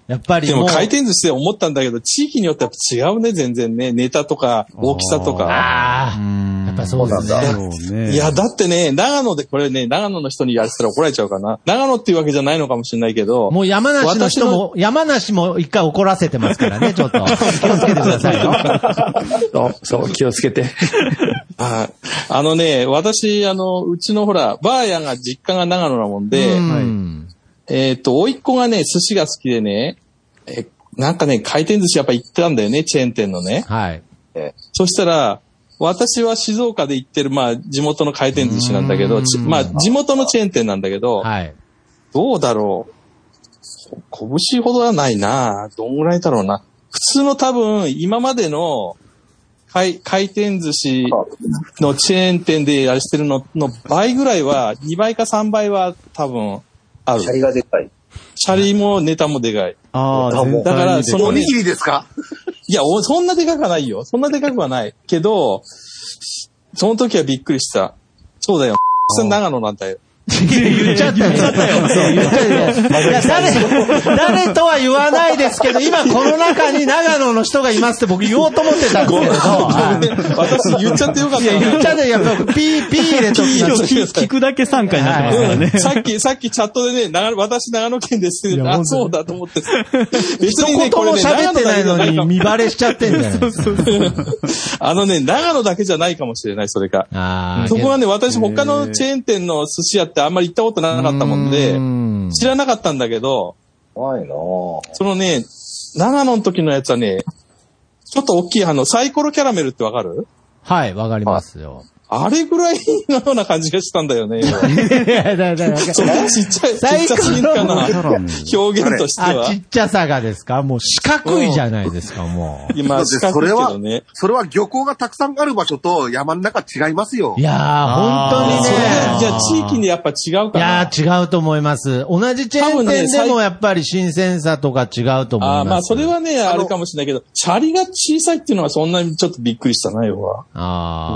C: やっぱり
J: で
C: も
J: も
C: う、
J: 回転寿司で思ったんだけど、地域によってやっぱ違うね、全然ね。ネタとか、大きさとか。
C: ああ、やっぱそうです
I: そう
C: ね。
D: そうね。
J: いや、だってね、長野で、これね、長野の人にやったら怒られちゃうかな。長野っていうわけじゃないのかもしれないけど、
C: もう山梨の人
J: 私
C: も、山梨も一回怒らせてますからね、ちょっと。気をつけてくださいよ。
E: そう、そう、気をつけて。
J: はいあのね、私、あの、うちのほら、ばあやが実家が長野なもんで、
C: うん
J: えっ、と、甥いっ子がね、寿司が好きでね、えなんかね、回転寿司やっぱ行ったんだよね、チェーン店のね。
C: はい。
J: そしたら、私は静岡で行ってる、まあ、地元の回転寿司なんだけど、ちまあ、地元のチェーン店なんだけど、
C: はい。
J: どうだろう。こ拳ほどはないなどんぐらいだろうな。普通の多分、今までの回回転寿司のチェーン店でやりしてるのの倍ぐらいは、2倍か3倍は多分ある
F: シ。ャリがでかい。
J: シャリもネタもでかい。
D: ああ、全
J: だか
D: 体
J: ら、
D: にで
J: そ
I: お
J: の
I: に
J: ね、
I: ぎりですか
J: いや、おそんなでかくはないよ。そんなでかくはない。けど、その時はびっくりした。そうだよ。それ長野なんだよ。
C: 言っちゃったよ。そう言っちゃったよ。いや、誰、誰とは言わないですけど、今この中に長野の人がいますって僕言おうと思ってたんですけど、はい
J: 私言っちゃってよかった
C: い
J: な。
C: や、言っちゃったよ。やっぱ、ピー、ピー入れときな
J: ピー
H: 聞聞くだけ参加になってますからね。
J: さっき、さっきチャットでね、長野私長野県ですって、あ、そうだと思って。別
C: 一言も喋ってない
J: 長野だけじ
C: の
J: ゃ
C: に、
J: か
C: 見バレしちゃってんじゃないですか。
J: あのね、長野だけじゃないかもしれない、それか。
C: あー
J: そこはね、私他のチェーン店の寿司屋ってあんまり行ったことなかったもんで
C: う、ん
J: 知らなかったんだけど、
F: 怖いなぁ。
J: そのね、長野の時のやつはね、ちょっと大きいあの、サイコロキャラメルってわかる
C: はい、わかりますよ。
J: あれぐらいのような感じがしたんだよね。
C: いや、だ、だ、だ
J: そんなちっちゃい、ちっち
C: サイコ
J: ゃ
C: ロ
J: すぎるかな。
D: キャラメ
J: 表現として
C: あ、
J: は
C: ち。っちゃさがですかもう四角いじゃないですか、もう。
J: 今、四角いけどね。
I: それは漁港がたくさんある場所と山の中違いますよ
C: い。やー、本当に
J: それ
C: ね
J: が。じゃあ地域にやっぱ違うか
C: いや
J: な。
C: ー、違うと思います。同じチェーン店で
J: 多分
C: も
J: ね
C: やっぱり新鮮さとか違うと思います。
J: ああまあ、それはね、
I: の
J: あるかもしれないけど、シャリが小さいっていうのはそんなにちょっとびっくりしたな、要は。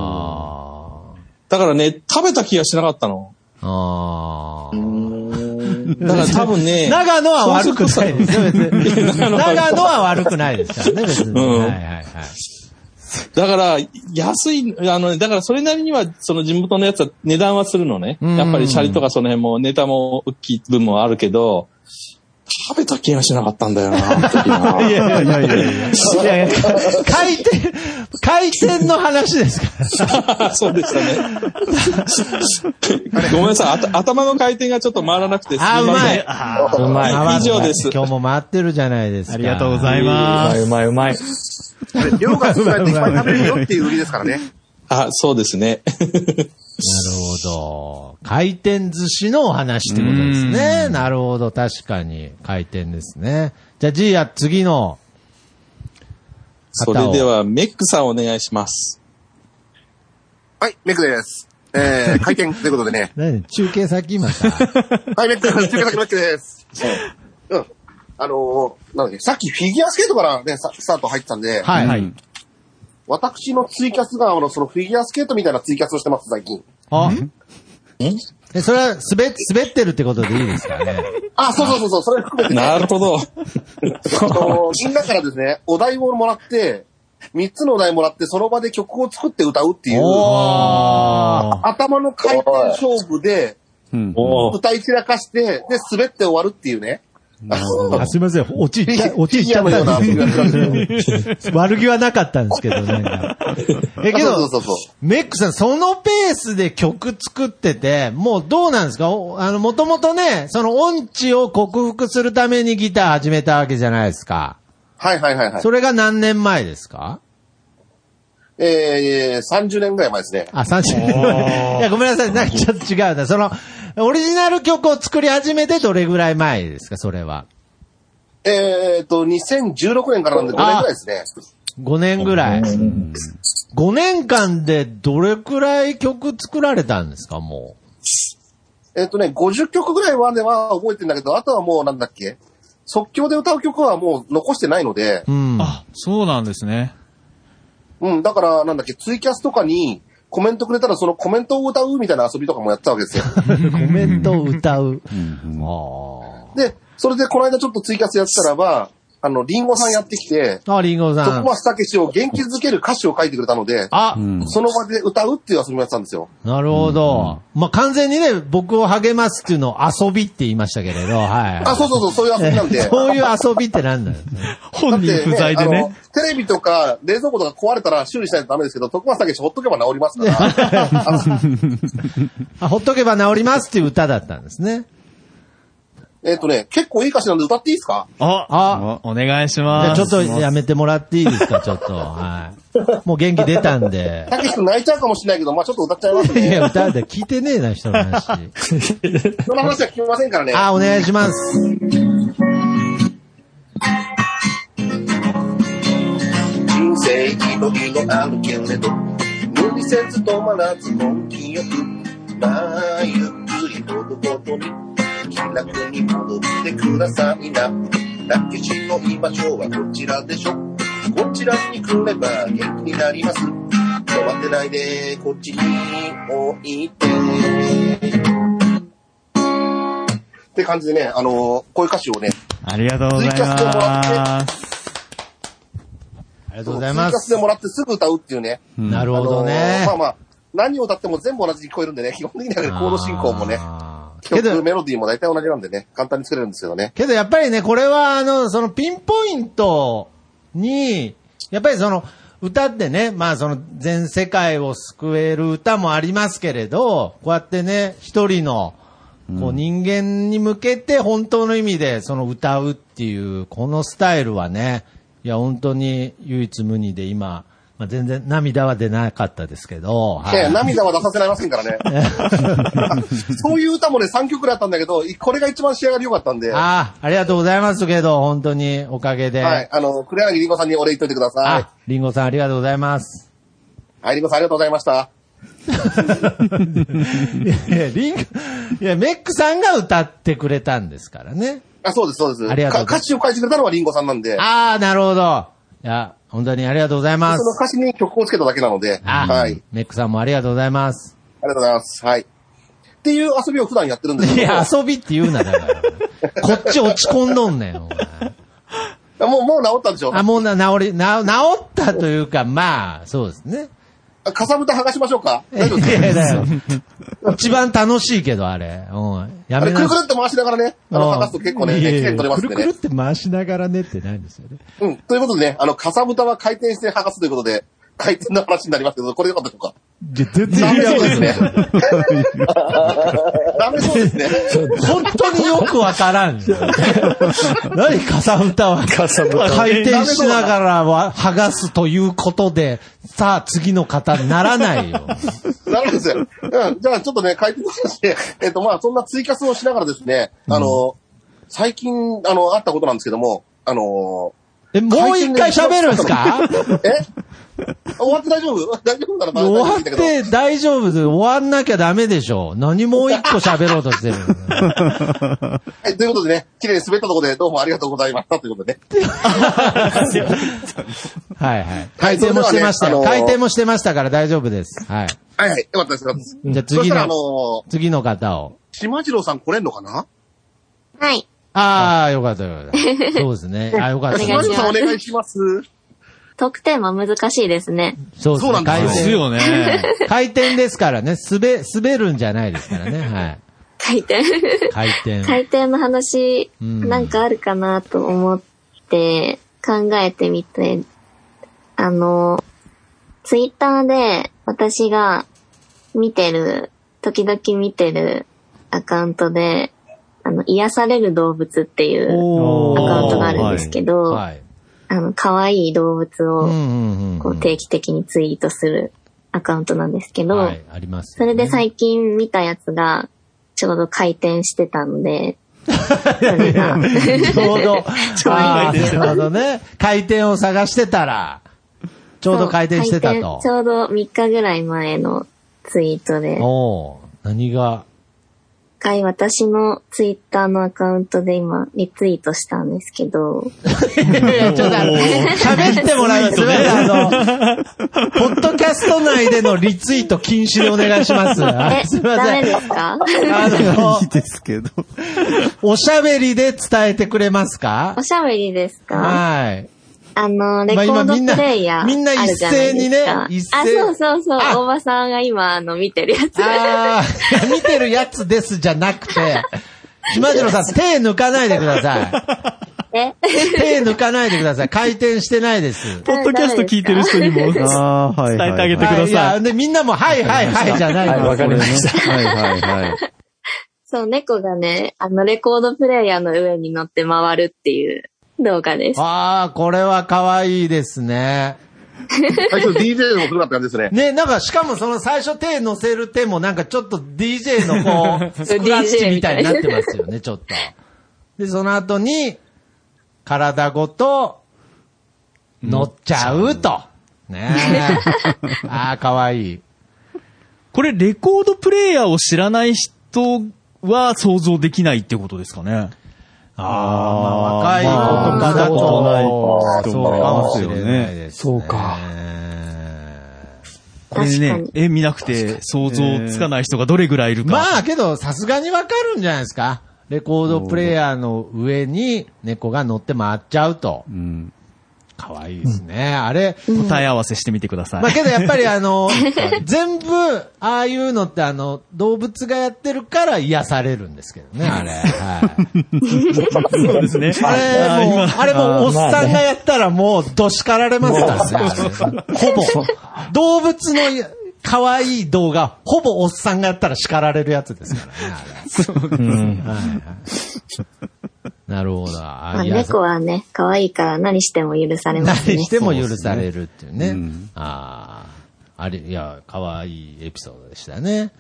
C: あ
J: だからね、食べた気がしなかったの。
C: ー。あ ー
J: だから多分ね、
C: 長野は悪くないですよ、別に。 長野は悪くないですからね、別に。
J: うん
C: はいはいはい。
J: だから、安い、あのね、だからそれなりには、その地元のやつは値段はするのね。
C: うん
J: やっぱりシャリとかその辺もネタも大きい分もあるけど、食べた気がしなかったんだよな、あの 時な
D: いやいやいやいや。
C: いやいや、回転、回転の話ですか ら。
J: そうでしたね。ごめんなさいあた。頭の回転がちょっと回らなくてすみ
C: あー、う
J: ま
C: ま
J: せん
C: い。。あ
E: うまい。う
C: ー
J: 以上です
C: 今日も回ってるじゃないですか。
H: ありがとうございま
E: まい、
H: す。
E: うまい、うまい。
I: 量が少ないといっぱい食べるよっていう売りですからね。
J: あ、そうですね。
C: なるほど。回転寿司のお話ってことですね。なるほど。確かに。回転ですね。じゃあ、じいや、次の。
J: それでは、メックさんお願いします。
I: はい、メックです。えー、回転ということでね。
C: 何中継先また。
I: はい、メックです。中継先メックです。うん。あのー、なんだっけ、さっきフィギュアスケートからね、さスタート入ってたんで、
C: はい。
H: はい。
I: 私のツイキャス側のそのフィギュアスケートみたいなツイキャスをしてます、最近。
C: あ、え、それは滑っ、滑ってるってことでいいですか ね。
I: あ、そうそうそうそう、それ含めて、ね。
J: なるほど。
I: あ のみんなからですね、お題をもらって、3つのお題もらって、その場で曲を作って歌うっていう、
C: おー
I: 頭の回転勝負で、
J: うん。
G: おー
I: 歌い散らかして、で、滑って終わるっていうね。
C: あすみません、落ちいっちゃ、落ちいっ
I: い
C: ちゃ
I: や
C: っ
I: のような
C: た
I: ん
C: ですけど。悪気はなかったんですけどね。え、け
I: そう
C: ど
I: そ、うそうそ
C: メックさん、そのペースで曲作ってて、もうどうなんですかおあの、もともとね、その音痴を克服するためにギター始めたわけじゃないですか。
I: う。はいはいはいはい。
C: それが何年前ですか
I: えー、30年ぐらい前ですね。
C: あ、30年。いや、ごめんなさい。なんかちょっと違うな。その、オリジナル曲を作り始めてどれぐらい前ですかそれは。
I: えーと、2016年からなんで5年ぐらいですね。
C: 5年ぐらい。5年間でどれくらい曲作られたんですかも
I: えっ、とね、50曲ぐらいはでは覚えてんだけど、あとはもうなんだっけ即興で歌う曲はもう残してないので、
C: う。うん。
H: あ、そうなんですね。
I: うん、だからなんだっけ、ツイキャスとかにコメントくれたらそのコメントを歌うみたいな遊びとかもやってたわけですよ。
C: コメントを歌う。あ
I: で、それでこの間ちょっとツイキャスやってたらば、あの、リンゴさんやってきて、
C: ーあ、リンゴさ
I: 徳
C: ん。
I: 松武史を元気づける歌詞を書いてくれたので、
C: あ、
D: うん。
I: その場で歌うっていう遊びもやってたんですよ。
C: なるほど。まあ、完全にね、僕を励ますっていうのを遊びって言いましたけれど、はい。
I: あ、そうそうそう、そういう遊びなんで。
C: そういう遊びってなんだよね。
H: 本人不在で
I: だって
H: ね。
I: あのテレビとか冷蔵庫とか壊れたら修理しないとダメですけど、徳松武史ほっとけば治ります から。あの
C: あ、ほっとけば治りますっていう歌だったんですね。
I: えっ、とね、結構いい歌詞なんで歌っていいですか
H: あ、
C: あ
H: お願いし
C: じゃ
H: ま
C: あ
H: す。
C: ちょっとやめてもらっていいですか、ちょっ と。はい。もう元気出たんで。
I: たけし君泣いちゃうかもしれないけど、まあちょっと歌っちゃいます
C: い
I: ね。
C: や、歌うで聞いてねえな、人の 話。
I: その話は聞きませんからね。
C: あ、お願いします。
I: 人生いろいろあるけれど無理せず止まらず根気よくまあゆっくりほどごとに気楽に戻ってくださいなたけしの居場所はこちらでしょこちらに来れば元気になります慌てないでこっちにおいてって感じでね、あのこういう歌詞をね、
H: ありがとうござい
I: ツイキャスでもら
H: ます。
C: ありがとうございま
I: 追加
C: す
I: で。もらってすぐ歌うっていうね、
C: なるほどね
I: あのー。まあまあ、何を歌っても全部同じに聞こえるんでね、基本的にはねコード進行もね、
C: あーけ
I: 曲、
C: ど、
I: メロディーも大体同じなんでね、簡単に作れるんですけどね。
C: けどやっぱりね、これは、あの、そのピンポイントに、やっぱりその、歌ってね、まあその全世界を救える歌もありますけれど、こうやってね、一人の、こう人間に向けて本当の意味でその歌うっていう、このスタイルはね、いや本当に唯一無二で今、まあ、全然涙は出なかったですけど、は
I: い
C: い
I: やいや涙は出させられませんからね。 そういう歌もね、3曲くらいあったんだけど、これが一番仕上がり良かったんで、は
C: ああ、ありがとうございますけど、本当におかげで。
I: い、あの、黒柳りんごさんにお礼言っといてください
C: あ、。りんごさんありがとうございます。
I: はい、りんごさんありがとうございました。
C: いや、リンゴ、いや、メックさんが歌ってくれたんですからね。
I: あ、そうです、そうです。
C: ありがとうござい
I: か
C: ま
I: 歌詞を書いてくれたのはりんごさんなんで、
C: ああ、なるほど。いや、本当にありがとうございま
I: その
C: す。
I: 歌詞に曲をつけただけなので、
C: あ、
I: はい。
C: メックさんもありがとうございます。
I: ありがとうございます。はい。っていう遊びを普段やってるんです
C: い
I: け
C: や、
I: ど、
C: 遊びって言うな、だから。こっち落ち込んどんねん、お前
I: もう、もう治ったでしょ
C: あ、もうな、治り、な、治ったというか、まあ、そうですね。
I: あかさぶた剥がしましょうか
C: い
I: 大丈夫ですか
C: や、だよ。一番楽しいけど、あれ。うん。や
I: あ
C: め
I: れ、く
C: な
I: るくるって回しながらね、あの、剥がすと結構ね、
C: いやい
I: き
C: や
I: れいに取れますんで
C: くる
I: ね
C: く。るって回しながらねってないんですよね。
I: うん。ということでね、あの、かさぶたは回転して剥がすということで、回転の話になりますけど、これでよかったでしょうか
C: 全
I: ダメ
C: や
I: そう
C: ば
I: で
C: い
I: すね。ダメそうですね。
C: 本当によくわか らん。何かさぶたは。
E: かさぶた
C: 回転しながらは剥がすということで、さあ次の方にならないよ。
I: なるほどですよ。うん。じゃあ、ちょっとね、回転の話で、えっと、まあ、そんな追加数をしながらですね、あの、最近、あの、あったことなんですけども、あの、
C: え、もう一回喋るんすか
I: え終わって大丈夫大丈夫なら
C: 終わって大丈夫です。終わんなきゃダメでしょう。何もう一個喋ろう としてる。
I: はい、ということでね、綺麗に滑ったところでどうもありがとうござい ましたということでね。
C: はいはい。回転もしてましたよ。
I: それではねあのー
C: 回転もしてましたから大丈夫です。はい。
I: はいはい、よかったです、よかったです。
C: じゃあ
I: そし
C: 次
I: たら、あの
C: の、
I: ー、
C: 次の方を。
I: 島次郎さん来れんのかな
K: はい。
C: ああ、よかったよかった。そうで すね。あよかった。
K: お願いします。
I: お願いします。
K: 得点は難しいですね。
C: そうですね。
K: そうなんですよですよね。
C: 回転ですからね。滑、滑るんじゃないですからね。はい。
K: 回転。
C: 回転。
K: 回転の話、
C: うん
K: なんかあるかなと思って考えてみて、あの、ツイッターで私が見てる、時々見てるアカウントで、あの、癒される動物っていうアカウントがあるんですけど、あの、可愛い動物をこう定期的にツイートするアカウントなんですけど、
C: あります。
K: それで最近見たやつが、ちょうど回転してたので、それが
C: ちょうど、
K: ちょうど
C: ああなるほどね。回転を探してたら、ちょうど回転してた
K: そう回
C: と
K: 転。ちょうど3日ぐらい前のツイートで、一
C: おう何が、
K: 回私のツイッターのアカウントで今、リツイートしたんですけど、
C: ちょっとあの喋ってもらいますね。あの、ポッドキャスト内でのリツイート禁止でお願いします。あ
K: え、
C: すいま
K: ダ
C: せ
K: メ
C: ん。
K: です か
C: あの
D: いいですけど。
C: おしゃべりで伝えてくれますか
K: おしゃべりですか
C: はい。
K: あの、レ
C: ま
K: コ
C: あ今
K: ード
C: みんな
K: プレイヤーあ
C: みんな
K: るじゃないですか。
C: 一斉にね一斉
K: あ、そうそうそう、おばさんが今、あの、見てるやつ。
C: ああ、見てるやつですじゃなくて、島次郎さん、手抜かないでくださ
K: え
C: い。手抜かないでください。回転してないです。
K: ポッドキャスト聞いてる人に も
D: あーはいはい伝えてあげてください
C: やで、みんなも、はいはいはいじゃない。
D: はいわかりました
C: はいはいはい。
K: そう、猫がね、あの、レコードプレイヤーの上に乗って回るっていう動画です。
C: ああ、これは可愛いですね。
I: 最初 DJ のすごかったんですね。
C: ね、なんか、しかもその最初手乗せる手もなんかちょっと DJ のこ う、スクラッチみたいになってます よね、ちょっと。で、その後に、体ごと、乗っちゃうと。ねえ。 ああ、かわいい。
H: これ、レコードプレイヤーを知らない人は想像できないってことですかね。
C: あ
H: あ
C: 若い子とかだと、そうかもしれないですね。
H: そうか。これね、絵見なくて想像つかない人がどれぐらいいるか。
C: まあけど、さすがにわかるんじゃないですか。レコードプレイヤーの上に猫が乗って回っちゃうと。かわいいですね。あれ。
H: 答え合わせしてみてください。
C: まあけどやっぱりあの、全部、ああいうのってあの、動物がやってるから癒されるんですけどね、あれ。はい。
H: そうですね
C: あれもう
H: あー、今
C: あれもうおっさんがやったらもう、どしかられますからねあれ、ほぼ。動物の可愛い動画、ほぼおっさんがやったら叱られるやつですからね、あれ。うんはいはいなるほど。
K: まあ
C: あ
K: 猫はね、可愛いから何しても許されますね。
C: 何しても許されるっていうね。ああ、あれ、いや、可愛いエピソードでしたね。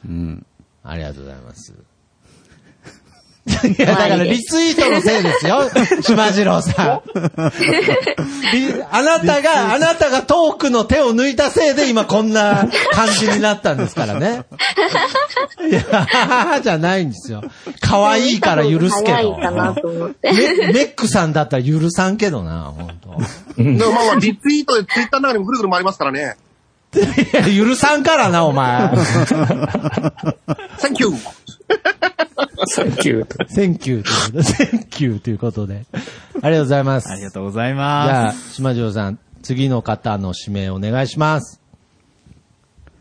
C: ありがとうございます。いや、だからリツイートのせいです よ、島次郎さん。りあなたが、あなたがトークの手を抜いたせいで今こんな感じになったんですからね。いや、じゃないんですよ。可愛いから許すけ
K: 可愛
C: ど
K: い。かなと思って。
C: メ メックさんだったら許さんけどな、本当
I: でもまあまあ、リツイートでツイッターの中にもぐるぐる回りますからね。
C: いや許さんからな、お前。
I: サンキュー
E: サンキュー。
C: センキューということで、センキューということで。ありがとうございます。
H: あり
C: じ
H: がとうござ
C: ゃ
H: い
C: あ
H: ま、
C: 島城さん、次の方の指名お願いします。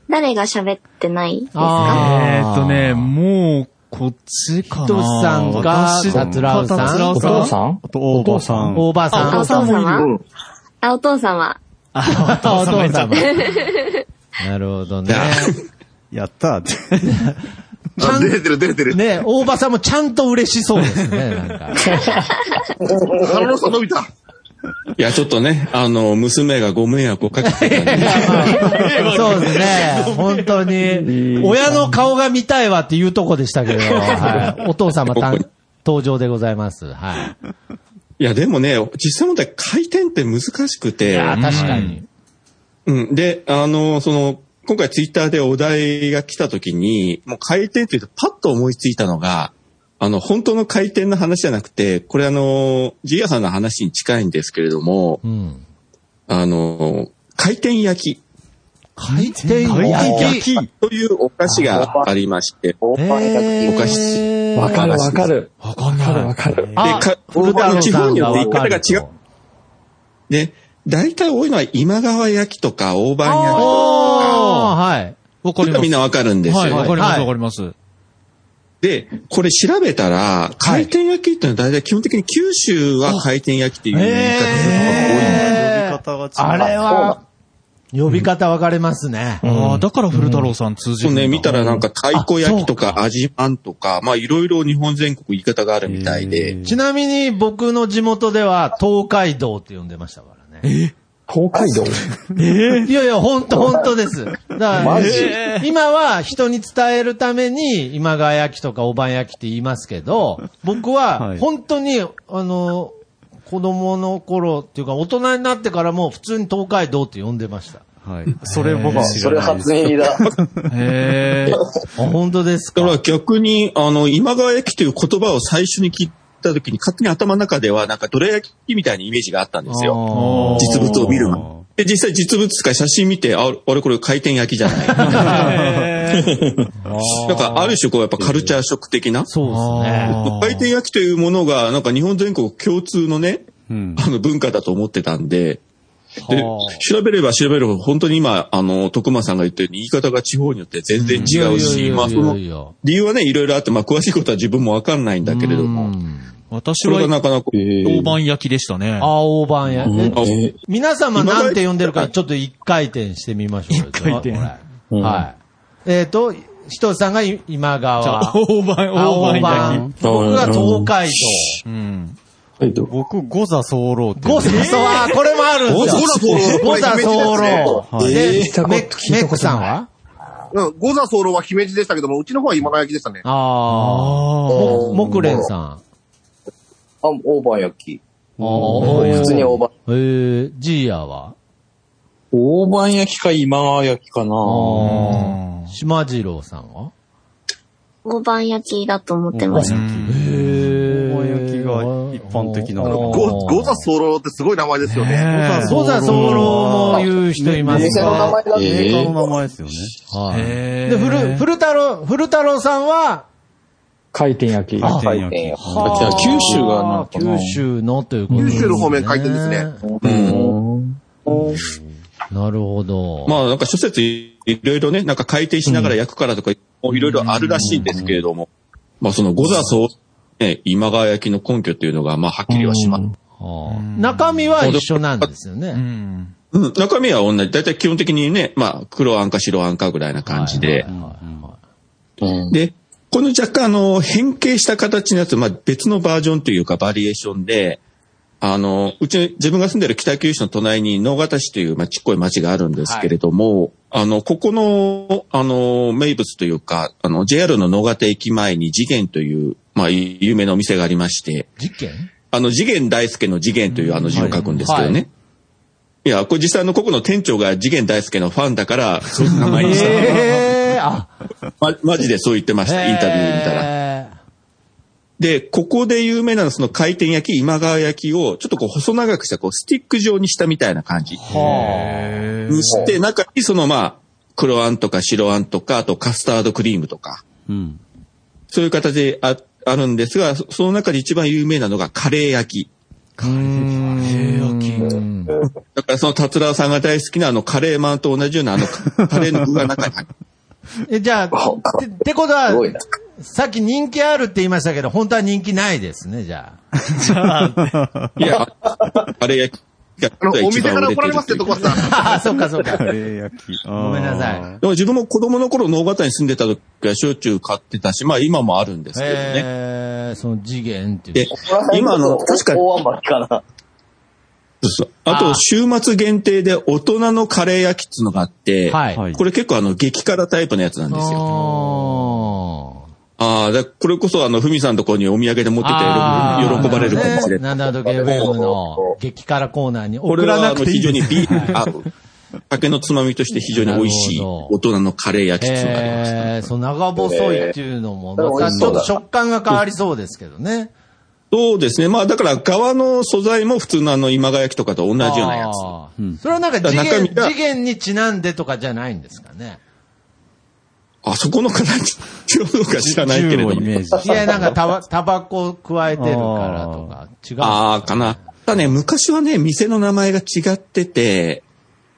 K: 誰が喋ってないです
H: す。
K: か
C: あ
H: えーっとね、もう、こっちかな。
C: ひとさんが
H: 私か
C: 達郎さん
H: 達郎
E: お
H: さん
E: 父さん
D: あと、大場さん。
C: おばさん。
K: あお父様
I: ん
K: あ、お父様。
C: お父
H: 様
C: 様。なるほどね。
D: やったーって。
C: ちゃ
I: あ
C: ん
I: 出れてる出れてる。
C: ね、大場さんもちゃんと嬉しそうですね、なんか。
I: 鼻の下伸びた。
G: いや、ちょっとね、あの、娘がご迷惑をかけてたんで、
C: そうですね。本当に、親の顔が見たいわっていうとこでしたけど、はい、お父様たん登場でございます。はい。
G: いや、でもね、実際問題、回転って難しく
C: い
G: て、
C: やー確かに。
G: うん。で、あの、その、今回ツイッターでお題が来た時に、もう回転というとパッと思いついたのが、あの、本当の回転の話じゃなくて、これあの、ジーヤさんの話に近いんですけれども、
C: うん。
G: あの、回転焼き。
C: 回転
G: 焼きというお菓子がありまして、お菓子。
E: わかるわかる。
G: わ
E: かんない。わかる。
G: で、か、あの地方によって言い方が違う。ね、大体多いのは今川焼きとか大判焼きとか。
C: はい。
G: わかりみんなわかるんですよ、
H: はい
G: ね。
H: わかりますわかります。
G: で、これ調べたら、回転焼きっていうのは大体基本的に九州は回転焼きっていう言い方が
C: 方が違う。あれは、呼び方分かれますね。
G: ああ、
H: だから古太郎さん通
G: じる、そうね、見たらなんか太鼓焼きとか味パンとか、まあいろいろ日本全国言い方があるみたいで。
C: ちなみに僕の地元では東海道って呼んでましたからね。
E: 東海道
C: いやいや、本当本当です。だから
E: マジ
C: 今は人に伝えるために今川焼きとかおばん焼きって言いますけど、僕は本当に、あの、子供の頃っていうか大人になってからも普通に東海道って呼んでました。
D: はい。それ僕は
C: それ初耳
F: だ。
H: へえ。
C: 本当です
G: か。だから逆に、あの、今川焼きという言葉を最初に聞いた時に、勝手に頭の中では、なんかどら焼きみたいなイメージがあったんですよ。実物を見るの。で、実際実物とか写真見て、あ、あれこれ回転焼きじゃない。なんかある種こうやっぱカルチャーショック的な。
C: そうですね。
G: 回転焼きというものが、なんか日本全国共通のね、あの文化だと思ってたんで、で、調べれば調べるほど、本当に今、あの、徳間さんが言ったように、言い方が地方によって全然違う
C: いやいやいやい
G: し、
C: や
G: まあ、その、
C: いやい
G: 理
C: や
G: 由はね、いろいろあって、まあ、詳しいことは自分もわかんないんだけれども、
H: 私
G: これ
H: は
G: がなかなか、
H: 大判焼きでしたね。
C: 青番や。
H: うん
C: で皆様なんて呼んでるか、ちょっと一回転してみましょうよ。一回転。はい。えっ、と、ひとしさんがい今
H: じゃ
C: 川
H: あ。大 判、
C: 青
H: 大
C: 番
H: 判焼き。
C: 僕が東海道。
H: うん。
D: 僕、五座候楼って。
C: 五座そうあーこれもあるんですよ
D: 五
C: 五
D: 座
C: 座
D: 候
C: 候
D: 楼
C: 楼。
D: はい
C: で
D: えー
C: メックメックさんは
I: うん、ゴザソーロは姫路でしたけども、うちの方は今川焼きでしたね。
C: ああ。も木蓮さん。あ、
F: 大判焼き。
C: 普
F: 普通に大判。
C: えー、ジーヤは
J: 大判焼きか今川焼きかな
C: 島次郎さんは
K: 大判焼きだと思ってました。
C: 大
D: 判焼きが一般的な。
I: ゴゴザソーロってすごい名前ですよね。
C: ゴザソーロも言う人いますね
I: 店の名前だね
D: メーカーの名前ですよね。
C: はい。で、古、古太郎、古太郎さんは、
E: 回転焼き。
C: 回転
E: 焼き。
C: はあじゃあ九州がなんかな九州のということですね
I: 九州の方面回転ですね。
C: なるほど。
G: まあ、なんか諸説いろいろね、なんか回転しながら焼くからとか、いろいろあるらしいんですけれども、まあ、その、五座総、ね、今川焼きの根拠というのが、まあ、はっきりはします。
C: 中身は一緒なんですよね。
G: うん、中身は同じ。だいたい基本的にね、まあ、黒あんか白あんかぐらいな感じで。で、この若干、あの、変形した形のやつ、まあ、別のバージョンというか、バリエーションで、あの、うち、自分が住んでる北九州の隣に、能形市という、まあ、ちっこい町があるんですけれども、あの、ここの、あの、名物というか、あの、JR の能形駅前に次元という、まあ、有名なお店がありまして、
C: 事件
G: あの、次元大輔の次元というあの字を書くんですけどね。いや、これ実際あの、ここの店長が次元大輔のファンだから、そういう名前にした。
C: えー、あ、
G: ま、マジでそう言ってました、インタビュー見たら。で、ここで有名なのはその回転焼き、今川焼きを、ちょっとこう細長くした、こうスティック状にしたみたいな感じ。にして、中にそのまあ、黒あんとか白あんとか、あとカスタードクリームとか、そういう形でああるんですが、そその中で一番有名なのがカレー焼き。
C: カレー
G: 焼き。だからその達郎さんが大好きなあのカレーマンと同じよ うなあのカレーの具が中に入って
C: え、じゃあ、ってってことは、さっき人気あるって言いましたけど、本当は人気ないですね、じゃあ。
G: じゃあ、いや、あれ焼きが
I: お店から怒られますってとこはさ。
C: ああ、そっかそっか。
D: カレー焼き。 ご
G: めんな
C: さ
G: い。でも自分も子供の頃、能形に住んでた時はしょっちゅう買ってたし、まあ今もあるんですけどね。
C: えー、その次元ってい
G: で
C: う。、
G: 今の、確かに。
F: 大判かな。
G: そうそうあと、週末限定で大人のカレー焼きっつうのがあって、
C: はい
G: これ結構あの、激辛タイプのやつなんですよ。
C: あ
G: ああ、だこれこそあの、ふみさんのとこにお土産で持ってて
C: あー
G: 喜喜ばれるかもしれない。
C: なんだと FM の激辛コーナーに
G: こ
C: 送
G: れ
C: ら
G: は
C: な
G: あの
C: くてい
G: 非
C: い
G: 常にビールに合う。酒のつまみとして非常に美味しい大人のカレー焼きつまみ。
C: えー、そう、長細いっていうのも、またちょっと食感が変わりそうですけどね。
G: そうですね。まあだから側の素材も普通のあの今川焼きとかと同じようなやつ。
C: それはなんか次
G: 中
C: 元
G: 身が
C: 次元にちなんでとかじゃないんですかね。
G: あそこの形、 どうか知らないけれども。
C: いや、なんかタバタバコ加えてるからとか、違う。
G: ああ、かな。ただね、昔はね、店の名前が違ってて、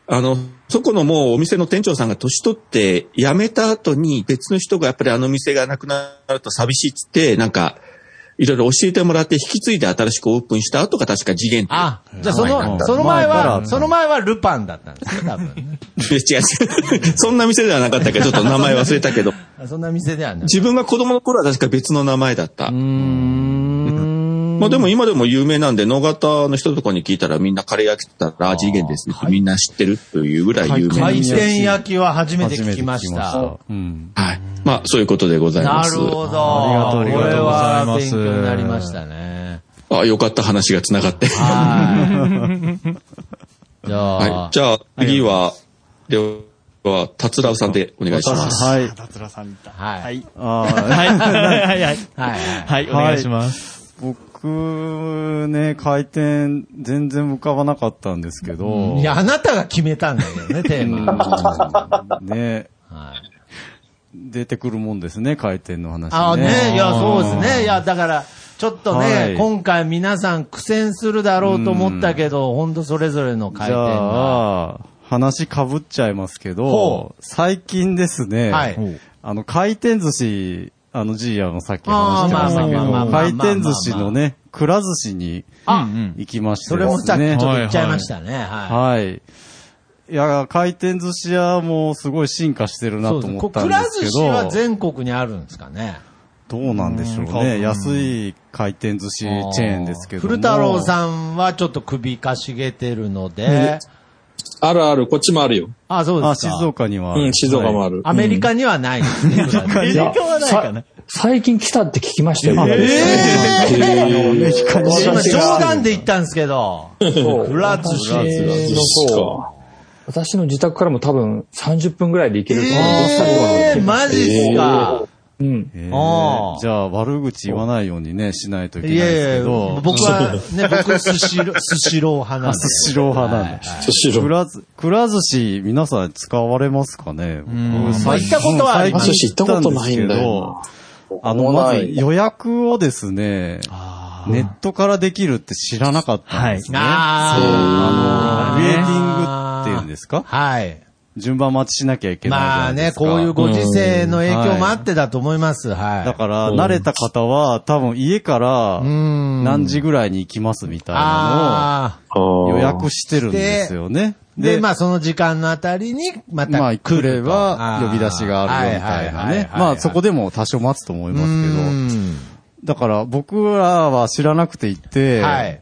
G: あの、そこのもうお店の店長さんが年取って辞めた後に別の人がやっぱりあの店がなくなると寂しいっつって、なんか、いろいろ教えてもらって引き継いで新しくオープンした後が確か次元っていう
C: あ、じゃあその、その前は、その前はルパンだったんですね、多分。
G: 違う違う。そんな店ではなかったけど、ちょっと名前忘れたけど。
C: あ そんな店ではない。
G: 自分が子供の頃は確か別の名前だった。まあでも今でも有名なんで、野方の人とかに聞いたらみんなカレー焼きって言ったら、あー次元ですねってみんな知ってるというぐらい有名な
C: 回転焼きは初めて聞きました。
G: はい。まあそういうことでござい
C: な
G: ます。
C: るほど。
G: ありがとうございます
C: これは勉強になりまし たね。
G: あ、よかった話が繋がって。
C: はいじゃあ、
G: はい。じゃあ次は、では、達郎さんでお願いします。
D: はい。
H: 桂さんだ。
C: はい。
D: あー。
H: はいはいはいはいお願いします
D: 僕ね、回転全然浮かばなかったんですけど。
C: いや、あなたが決めたんだけどね、テーマ。
D: うんね。出てくるもんですね、回転の話ね。
C: ああね、いや、そうですね。いや、だから、ちょっとね、
D: はい
C: 今回皆さん苦戦するだろうと思ったけど、ほんとそれぞれの回
D: じ
C: 転が。
D: ゃあ、話かぶっちゃいますけ
C: ほ
D: ど、最近ですね、
C: はい
D: あの、回転寿司、あの、ジーヤのさっき話してましたけ
C: あーまあまあまあ
D: ど、
C: まあ
D: 回転寿司のね、くら寿司に
C: あ
D: 行きまして
C: そ
D: です
C: れ
D: ね。
C: もさっきちょっと言っちゃいましたね。は
D: は
C: い。
D: い。いや、回転寿司屋もすごい進化してるなと
C: そうですね。
D: 思
C: こ
D: っ
C: う
D: た
C: く
D: ん
C: ら
D: ですけ
C: 寿
D: ど。
C: 司は全国にあるんですかね。
D: どうなんでしょう
C: うん
D: ね。安い回転寿司チェーンですけども。
C: 古太郎さんはちょっと首かしげてるので
D: ね、
J: あるある、こっちもあるよ。
C: あ、そうですか。
D: あ静岡にはある
J: うん、静岡もある。
C: アメリカにはないんですね。
E: アメリカはないかね。最近来たって聞きましたよ。え
C: え
E: アメリカに
C: 今冗談で言ったんですけど、くら寿司。
E: 私の自宅からも多分30分ぐらいで行けると思
C: えー、マジっすか。
E: うん。
D: えー
C: あー
D: じゃあ悪口言わないようにね、しないといけない
C: い
D: で
C: やい
D: す
C: や
D: けど。
C: 僕は、ね、僕、スシ ロー、スシロー派なん
D: あ、
C: で。
D: スシロー派なんだ。
J: 寿司
D: くらず、くら寿司、皆さん使われますかね僕最近
C: まあ行ったことはあります
D: 最近行ったんですけど
J: 寿司行ったことないんだよ
D: あの、まず予約をですね、ネットからできるって知らなかったんですね。あ
C: あー
D: の、ウェーティングっていうんですか
C: はい。
D: 順番待ちしなきゃいけないじゃ
C: ま
D: な
C: あ
D: いで
C: ね、
D: すか。
C: こういうご時世の影響もあ
D: て
C: ってだと思います。はい。
D: だから、慣れた方は、多分家から、
C: ん
D: 何時ぐらいに行きますみたいな
C: あ
D: のを予約してるんですよね。
C: ーで、まあその時間のあたりに、
D: ま
C: また
D: あ、来
C: 来
D: れ
C: ると。
D: ば
C: あー
D: 呼び出しがあるよみたいな
C: はいはいはい
D: ね。
C: はい
D: まあ、そこでも多少待つと思いますけど。だから、僕らは知らなくて行って、
C: はい。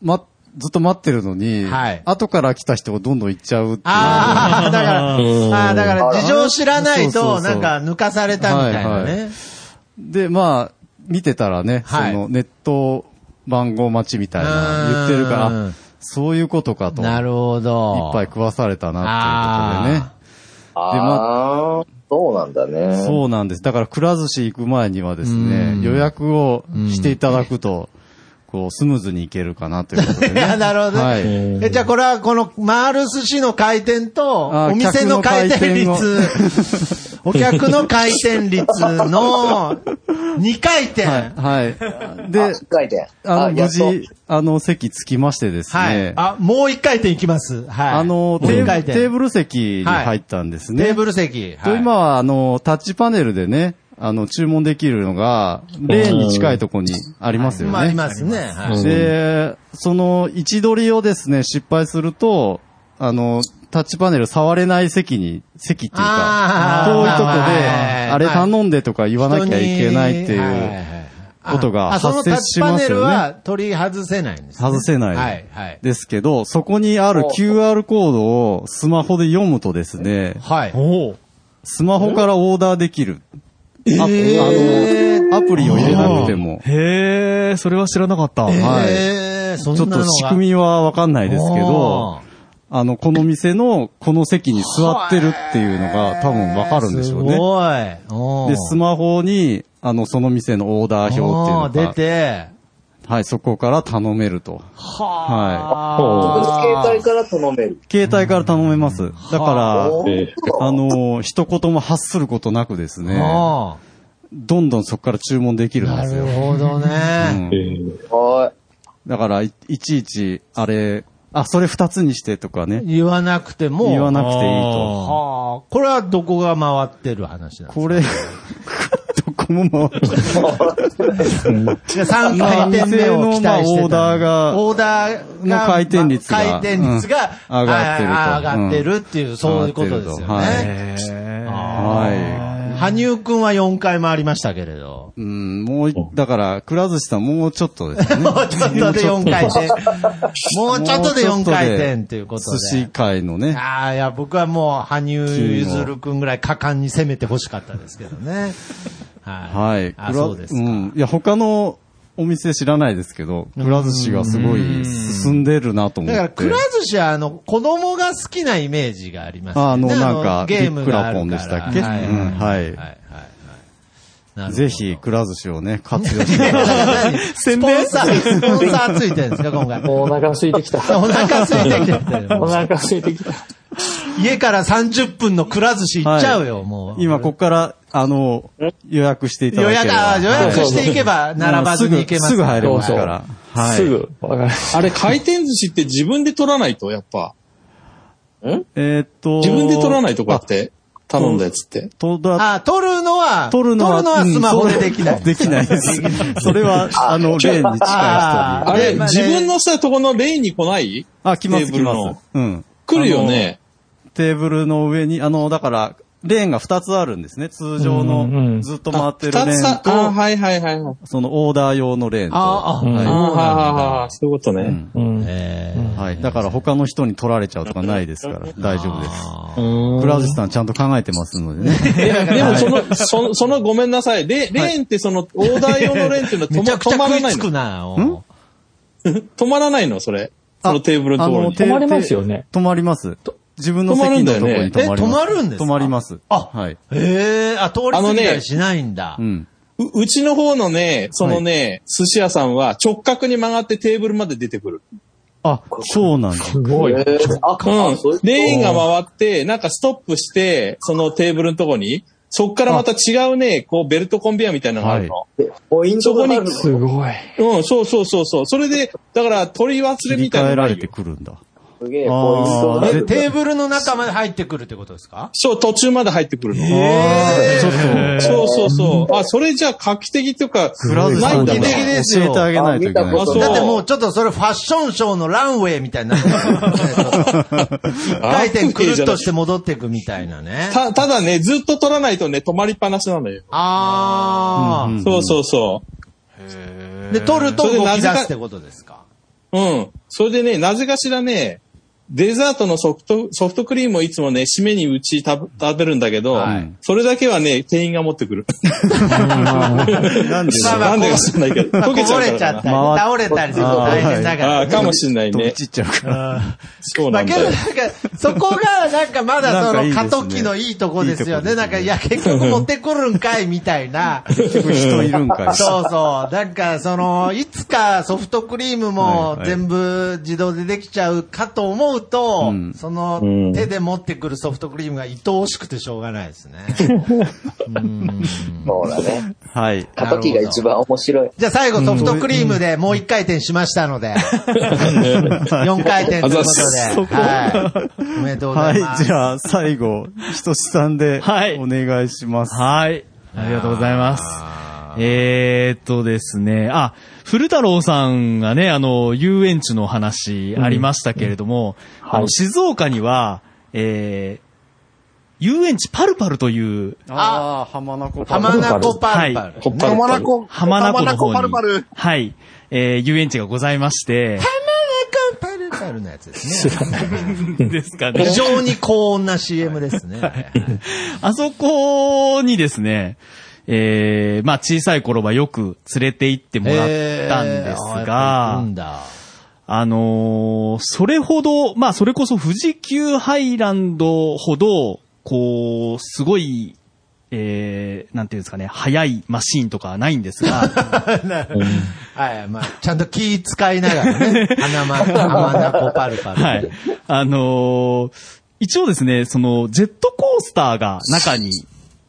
D: ま、ずっと待ってるのに、
C: はい
D: 後から来た人がどんどん行っちゃうっていう。
C: ああ、だから、ああ、だから事情知らない
D: そうそ
C: と、
D: うそう
C: なんか抜かされたみたいな
D: はいは
C: ね。
D: で、まあ、見てたらね、
C: はい
D: そのネット番号待ちみたいな言ってるから、
C: う
D: あそういうことかと。
C: なるほど。
D: いっぱい食わされたなっていうことでね。で
F: ああ、そうなんだね。
D: そうなんです。だから、くら寿司行く前にはですね、予約をしていただくと、こう、スムーズに行けるかなということでね。
C: あ なるほどね
D: はい。
C: え、じゃあこれはこの回る寿司の回転と、
D: あー
C: お店の回転率、お客の回転率の2回転。
D: はい。はい。で、
F: 回転。
D: あの、
F: や
D: 無
F: っと
D: 事、あの、席着きましてですね、
C: はい。あ、もう1回転いきます。はい。
D: あの、
C: もう
D: テ
C: 一
D: ー
C: 回
D: ブ
C: 転
D: テーブル席に入ったんですね。
C: テーブル席。
D: と
C: はい
D: 今は、あの、タッチパネルでね、あの、注文できるのが、レーンに近いところにありますよね。
C: まあ、いますね。はい。
D: で、その位置取りをですね、失敗すると、あの、タッチパネル触れない席に、席っていう
C: あ
D: か、
C: ー
D: 遠いとこ
C: はい
D: で、あれ頼んでとか言わなきゃいけないって
C: はい
D: いうことが
C: あ、その
D: 発
C: タッ
D: 生
C: チ
D: し
C: パ
D: ま
C: ネ
D: す
C: ル
D: よ
C: は
D: ね。
C: 取り外せないんですね。
D: 外せない。
C: はい、はい。
D: ですけど、そこにある QR コードをスマホで読むとですね、
C: はい。
D: スマホからオーダーできる。ああの、アプリを入れなくても。
H: へえ、それは知らなかった。
D: はい。
C: えー、そん
D: ちょっ
C: なの
D: と
C: が
D: 仕組みはわかんないですけど
C: おー、
D: あの、この店の、この席に座ってるっていうのが多分わかるんでしょうね。
C: すごい。
D: で、スマホに、あの、その店のオーダー表っていうの
C: お
D: が
C: ー出て、
D: はい、そこから頼めると。は
F: 僕の携帯から頼める。
D: い。携帯から頼めます。だから
F: はあええ、
D: あのー、一言も発することなくですね、
C: は
D: どんどんそこから注文できるんですよ。
C: なるほどね。
D: だから、いいちいち、あれ、あ、それ二つにしてとかね。
C: 言わなくても。
D: 言わなくていいと
C: はあこれはどこが回ってる話なんですか
D: これ、 どこも回って
C: いや3回転目を期待し
D: まあ店のまあオー
C: てた。
D: ダーが
C: オーダー
D: の
C: が
D: 回転率が
C: 回転率が、
D: うん上がってると
C: あー上がってるっていう、
D: うん
C: そういうことですよ
D: 上
C: ね。
D: がって
C: はい。羽生くんは4回回りましたけれど。
D: うん、もうい、だから、くら寿司さんもうちょっとですね。
C: もうちょっとで4回転。もうちょっとで4回転っていうことで。
D: 寿司界のね。
C: ああ、いや、僕はもう、羽生結弦くんぐらい果敢に攻めてほしかったですけどね。
D: はい。
C: あ
D: くら
C: そうですか
D: ん。いや、他のお店知らないですけど、くら寿司がすごい進んでるなと思
C: だ
D: って。
C: から、くら寿司は、あの、子供が好きなイメージがありますよね。
D: あの、なん
C: あの
D: か、ビ
C: ゲー
D: ッ
C: ム
D: ク
C: があ
D: ラ
C: る
D: ポン
C: から
D: でしたっけうん
C: はい
D: はい。
C: い
D: ぜひ、くら寿司をね、活用 して。
C: 宣伝スポンサー、スポンサーつ いてるんですか、今回。
E: お腹空いてきた。
C: お腹空いてきてる
E: お腹空いてきた。
C: 家から30分のくら寿司行っちゃうよ、もう。
D: 今、ここから、あの、予約していただ
C: 予
D: けれ
C: 約、
D: ば。
C: あ予約していけば、並ばずに行けます。
D: すぐ入れますから。はい。
E: すぐ。
J: あれ、回転寿司って自分で取らないと、やっぱ。
D: えーっと。
J: 自分で取らないと、こうやって。頼んだやつって。
D: とだ
C: あ、取るのは、
D: 取るのは、
C: 取るスマホでできな
D: う
C: い
D: ん。できない です。それは、あの、例に近い人に。
C: あ
J: あれ、
C: まあね
J: 自分のさ、とこのレーンに来ない
D: あ、来ます
J: テーブ
D: 来
J: ル
D: ま
J: の
D: す。。うん。
J: 来るよね。
D: テーブルの上に、あの、だから、レーンが2つあるんですね。通常
E: うんう
D: の、
E: ん
D: ずっと回ってるレ
J: 二つ
D: ーン
J: さ、あ、
D: と、
J: はいはいはいはい。
D: そのオーダー用のレーンと。
C: あ
E: うん
D: は
J: あ、はいはいはい。そういうことね。
E: うん。
C: え
D: い。はい。だから他の人に取られちゃうとかないですから、大丈夫です。
J: うん
D: クラウジさんちゃんと考えてますのでね。
J: ででもその、その、そのごめんなさい。レ、レーンってその、オーダー用のレーンっていうのは
C: ーめちゃくち
J: 止
C: ゃ
J: ま止ま
C: 食
J: ら
C: い
J: ない
C: つく
J: の
C: な。
D: ん
J: 止まらないのそれ。そのテーブルの
D: あ
J: ところ
D: の、
J: に。
D: て
E: 止まりますよね。
D: て止まります。自分の席のところに止まります。
C: 止まるんだよねえ止まるんですか
D: 止まります。
C: あ
D: はい。
C: ええあ、通り過ぎたりしないんだ
D: う。ん。
J: う、うちの方のね、そのね、寿司屋さんは直角に曲がってテーブルまで出てくる。
D: あ、そうなんだ。
E: すごい。
F: えーあ、
J: う。
F: あそういうん
J: レーンが回って、なんかストップして、そのテーブルのとこに、そっからまた違うね、こうベルトコンベヤーみたいなのがあるの。
F: ポイントがあるの
E: すごい。
J: うん、そうそうそうそう。それで、だから取り忘
D: 切
J: れ
D: り
J: みたい
D: 替
J: な
D: え
J: のが
D: ら
J: ない
D: れ
J: よ
D: てくるんだ。
F: すげえ、ポイントがあ
D: あー
F: る
D: で
F: の。
C: テーブルの中まで入ってくるってことですか
J: そう、途中まで入ってくるの。
D: ちょっ
J: そうそうそう。あ、それじゃあ画期的というか、
D: と、クラウジ
J: な
D: さ
J: い
D: ん
J: ん
D: に
J: だ
C: 画期的
J: な。
C: です
D: 教
C: よ
D: えてあげないといけない。
F: あ見たこと
J: そう
C: だってもうちょっとそれファッションショーのランウェイみたいになってる一回転くるっとして戻っていくみたいなね。
J: た、ただね、ずっと取らないとね、止まりっぱなしなのよ。
C: あー。
J: そうそうそ
C: で、取ると
J: それ
C: 動
J: でな
C: き
J: ぜ
C: 出
J: か
C: すってことですか。
J: う。うん。それでね、なぜかしらね、デザートのソフト、ソフトクリームをいつもね、締めにうち食べ食べるんだけど、
D: はい
J: それだけはね、店員が持ってくる。
D: なんで
C: まあまあ
J: なんでか知らないけど、
C: まあ
J: 溶けちゃ
C: こぼ
J: う
C: れ
J: か
C: ち
J: ら
C: ゃ
J: かな。
C: ったり、
D: 回っ
C: 倒れたりすると大変だから
J: あ。ーかもし んない
D: 飛び
J: ね。
D: 散っちゃうから。
J: そう
C: ま
J: な
C: あ
J: ん
C: け
J: だ
C: ど
J: よ
C: な。んか、そこがなんかまだ
D: な
C: そ
D: んかいいで
C: の
D: すね
C: 過渡期のいいとこですよね。
D: いい
C: な
D: と
C: ん
D: こですね
C: か、いや、結局持ってくるんかいみたいな。
D: 結局人いるんかい。
C: そうそう。なんか、その、いつかソフトクリーム
D: は
C: も
D: いはい
C: 全部自動でできちゃうかと思うと、
D: うん
C: その
J: うん
C: 手で持ってくるソフトクリームが愛おしくてしょうがないですね。 うん
F: そうだね。
D: はい。
F: 過渡期が一番面白い。
C: じゃあ最後ソフトクリームでもう一回転しましたので、4回転ということで、はい。おめでとうございま
D: はい、
C: す。
D: じゃあ、最後、ひとしさんで、
H: はい
D: お願いします。
H: はい。ありがとうございます。えー、っとですね、あ、古太郎さんがね、あの、遊園地の話ありましたけれども、
E: ん
H: あの静岡には、えー、遊園地パルパルという、
D: あー、浜名湖パル
C: 浜名湖パルパル。
J: こっぱら
I: 浜名湖、
H: 浜名湖の方
I: 浜名湖
H: に
I: パルパル。
H: はい、えー、遊園地がございまして、
C: パルパルのやつですね。
H: ですかね
C: 非。常に高温な CM ですね。
H: あそこにですね、えー、まあ小さい頃はよく連れて行ってもらったんです
C: えーあやっぱり行
H: が
C: く、んだ
H: あのーそれほど、まあそれこそ富士急ハイランドほど、こう、すごい、えー、なんていうんですかね、速いマシーンとかはないんです が、
C: はい、まあ、ちゃんと気使いながら ね。花ま、浜名湖パルパル。
H: はい。あのー一応ですね、その、ジェットコースターが中に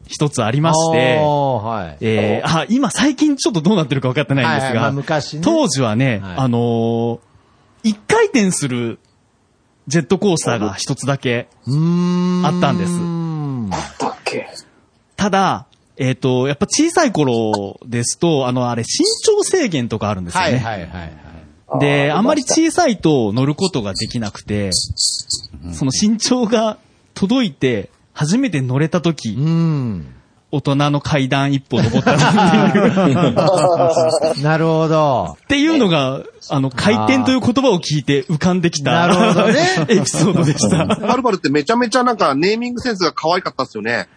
H: 一つありまして、
C: おーはい。
H: えーあ、今最近ちょっとどうなってるか分かってないんです
C: はいはい
H: が、
C: まあ昔ね
H: 当時はね、あのー一回転する ジェットコースターが一つだけあったんです。
F: だっけ
H: ただ、えっ、と、やっぱ小さい頃ですと、あの、あれ、身長制限とかあるんですよね。
C: はいはい。
H: で、
C: あー
H: あんまり小さいと乗ることができなくて、その身長が届いて、初めて乗れた時、大人の階段一歩登ったなってい う。
C: なるほど。
H: っていうのが、あの、回転という言葉を聞いて浮かんできた、
I: なるほどね
H: エピソード でした。
I: パルパルってめちゃめちゃなんかネーミングセンスが可愛かったっすよね。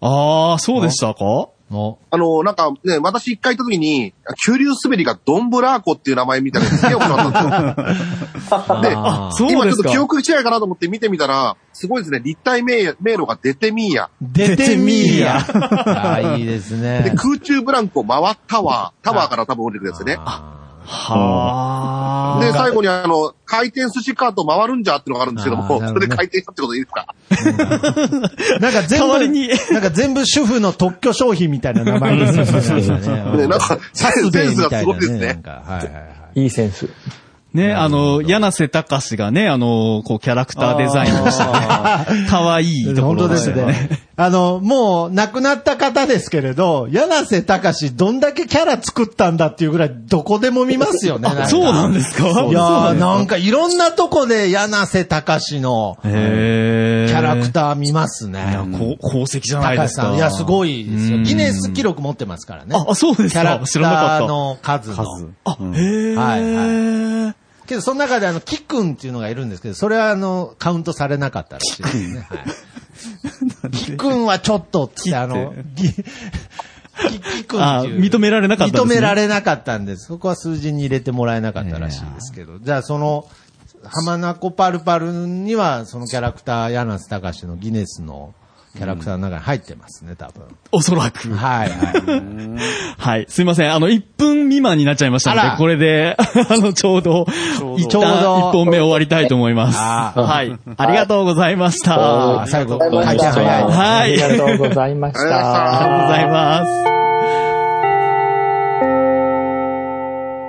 H: ああ、そうでしたか。
I: あの、なんかね、私一回行った時に、急流滑りがドンブラーコっていう名前みたいなのがすげえ多くなったんですよで、
H: あーそうですか
I: 今ちょっと記憶違いかなと思って見てみたら、すごいですね、立体迷迷路が出てみーや。
C: 出てみーや。ああ、いいです
I: で、
C: ね。
I: 空中ブランコ回ったわ、タワーから多分降りてくるんですよね。
H: は
I: で、最後にあの、回転寿司カート回るんじゃっていうのがあるんですけども、それで回転したってことでいいですか
C: なんか全部、なんか全部主婦の特許商品みたいな名前ですよね。
I: ねなんか、サイズセンスがすごいです
C: サスベイみたいなねな
I: ね
C: ん。はい
H: いいセンス。ね、あの、柳瀬隆がね、あの、こう、キャラクターデザインをしたね、かわいいとこ
C: 本
H: ろ
C: 当
H: で
C: で
H: し
C: す
H: たよね。
C: ね。あの、もう亡くなった方ですけれど、柳瀬隆どんだけキャラ作ったんだっていうぐらいどこでも見ますよね。
H: あ
C: か
H: そうなんですか
C: い
H: そうな
C: や
H: ん
C: ー
H: ですか
C: なんかいろんなとこで柳瀬隆のキ
H: へ
C: ャラクター見ますね。
H: こ功績じゃないですか
C: 隆さんいや、すごいですよ。
H: うん
C: ギネス記録持ってますからね。
H: あ、そうです
C: キャラ
H: か
C: ク
H: 知
C: タ
H: らなかった。
C: ーの数の。
H: あ、へえ。
C: はいはい。けど、その中で、あの、キくんっていうのがいるんですけど、それは、あの、カウントされなかったらしい ですね。はい。キくんはちょっとっつって、あの、ぎキキくんっ
H: あ
C: ていう。
H: 認められなかったんですね
C: 認められなかったんです。そこは数字に入れてもらえなかったらしいですけど。じゃあ、その、浜名湖パルパルには、そのキャラクター、柳瀬隆のギネスのキャラクターの中に入ってますね、多分。
H: おそらく。
C: はいはい。
H: はい。すいません。あの、1分未満になっちゃいましたの
C: あ
H: で、
C: ら
H: これで、あの、ちょうど、一
C: ちょうど
H: 旦1本目終わりたいと思います。はい。ありがとうございました。
C: 最後、
H: は
C: 会長早い。
H: い。
E: ありがとうございました
H: ありがとうございます。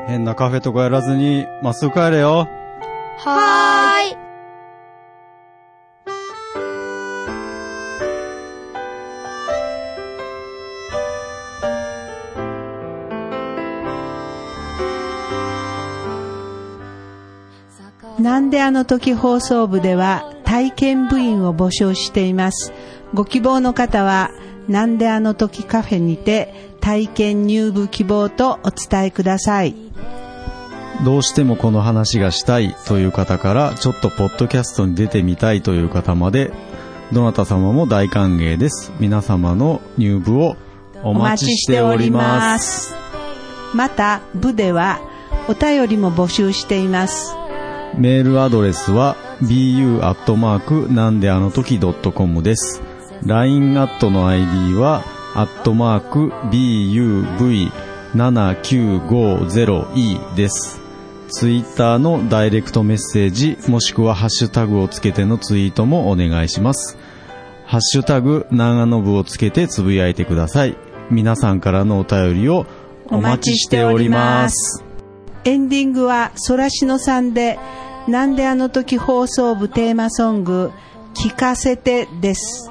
D: 変なカフェとかやらずに、まっすぐ帰れよ。
L: はーい。
M: なんであの時放送部では体験部員を募集しています。ご希望の方は、なんであの時カフェにて体験入部希望とお伝えください。
D: どうしてもこの話がしたいという方から、ちょっとポッドキャストに出てみたいという方まで、どなた様も大歓迎です。皆様の入部をお待ちしております。
M: す。また、部ではお便りも募集しています。
D: メールアドレスは bu アットマークなんであの時 .com です。LINE アットの ID はアットマーク buv7950e です。ツイッターのダイレクトメッセージもしくはハッシュタグをつけてのツイートもお願いします。ハッシュタグ長野部をつけてつぶやいてください。皆さんからのお便りをお待ちしております。
M: エンディングはソラシノさんで、なんであの時放送部テーマソング、聞かせてです。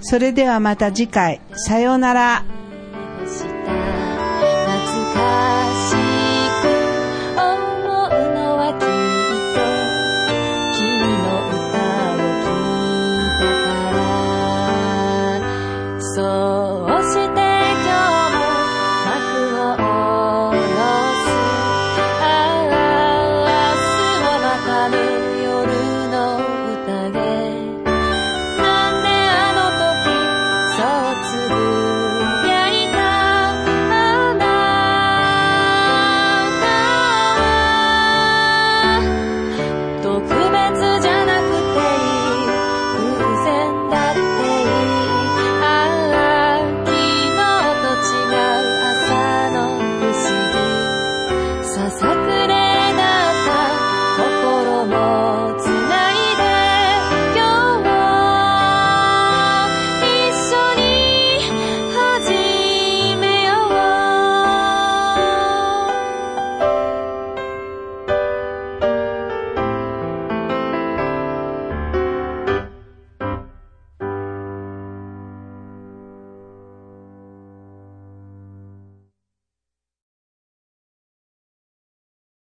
M: それではまた次回、さようなら。
L: して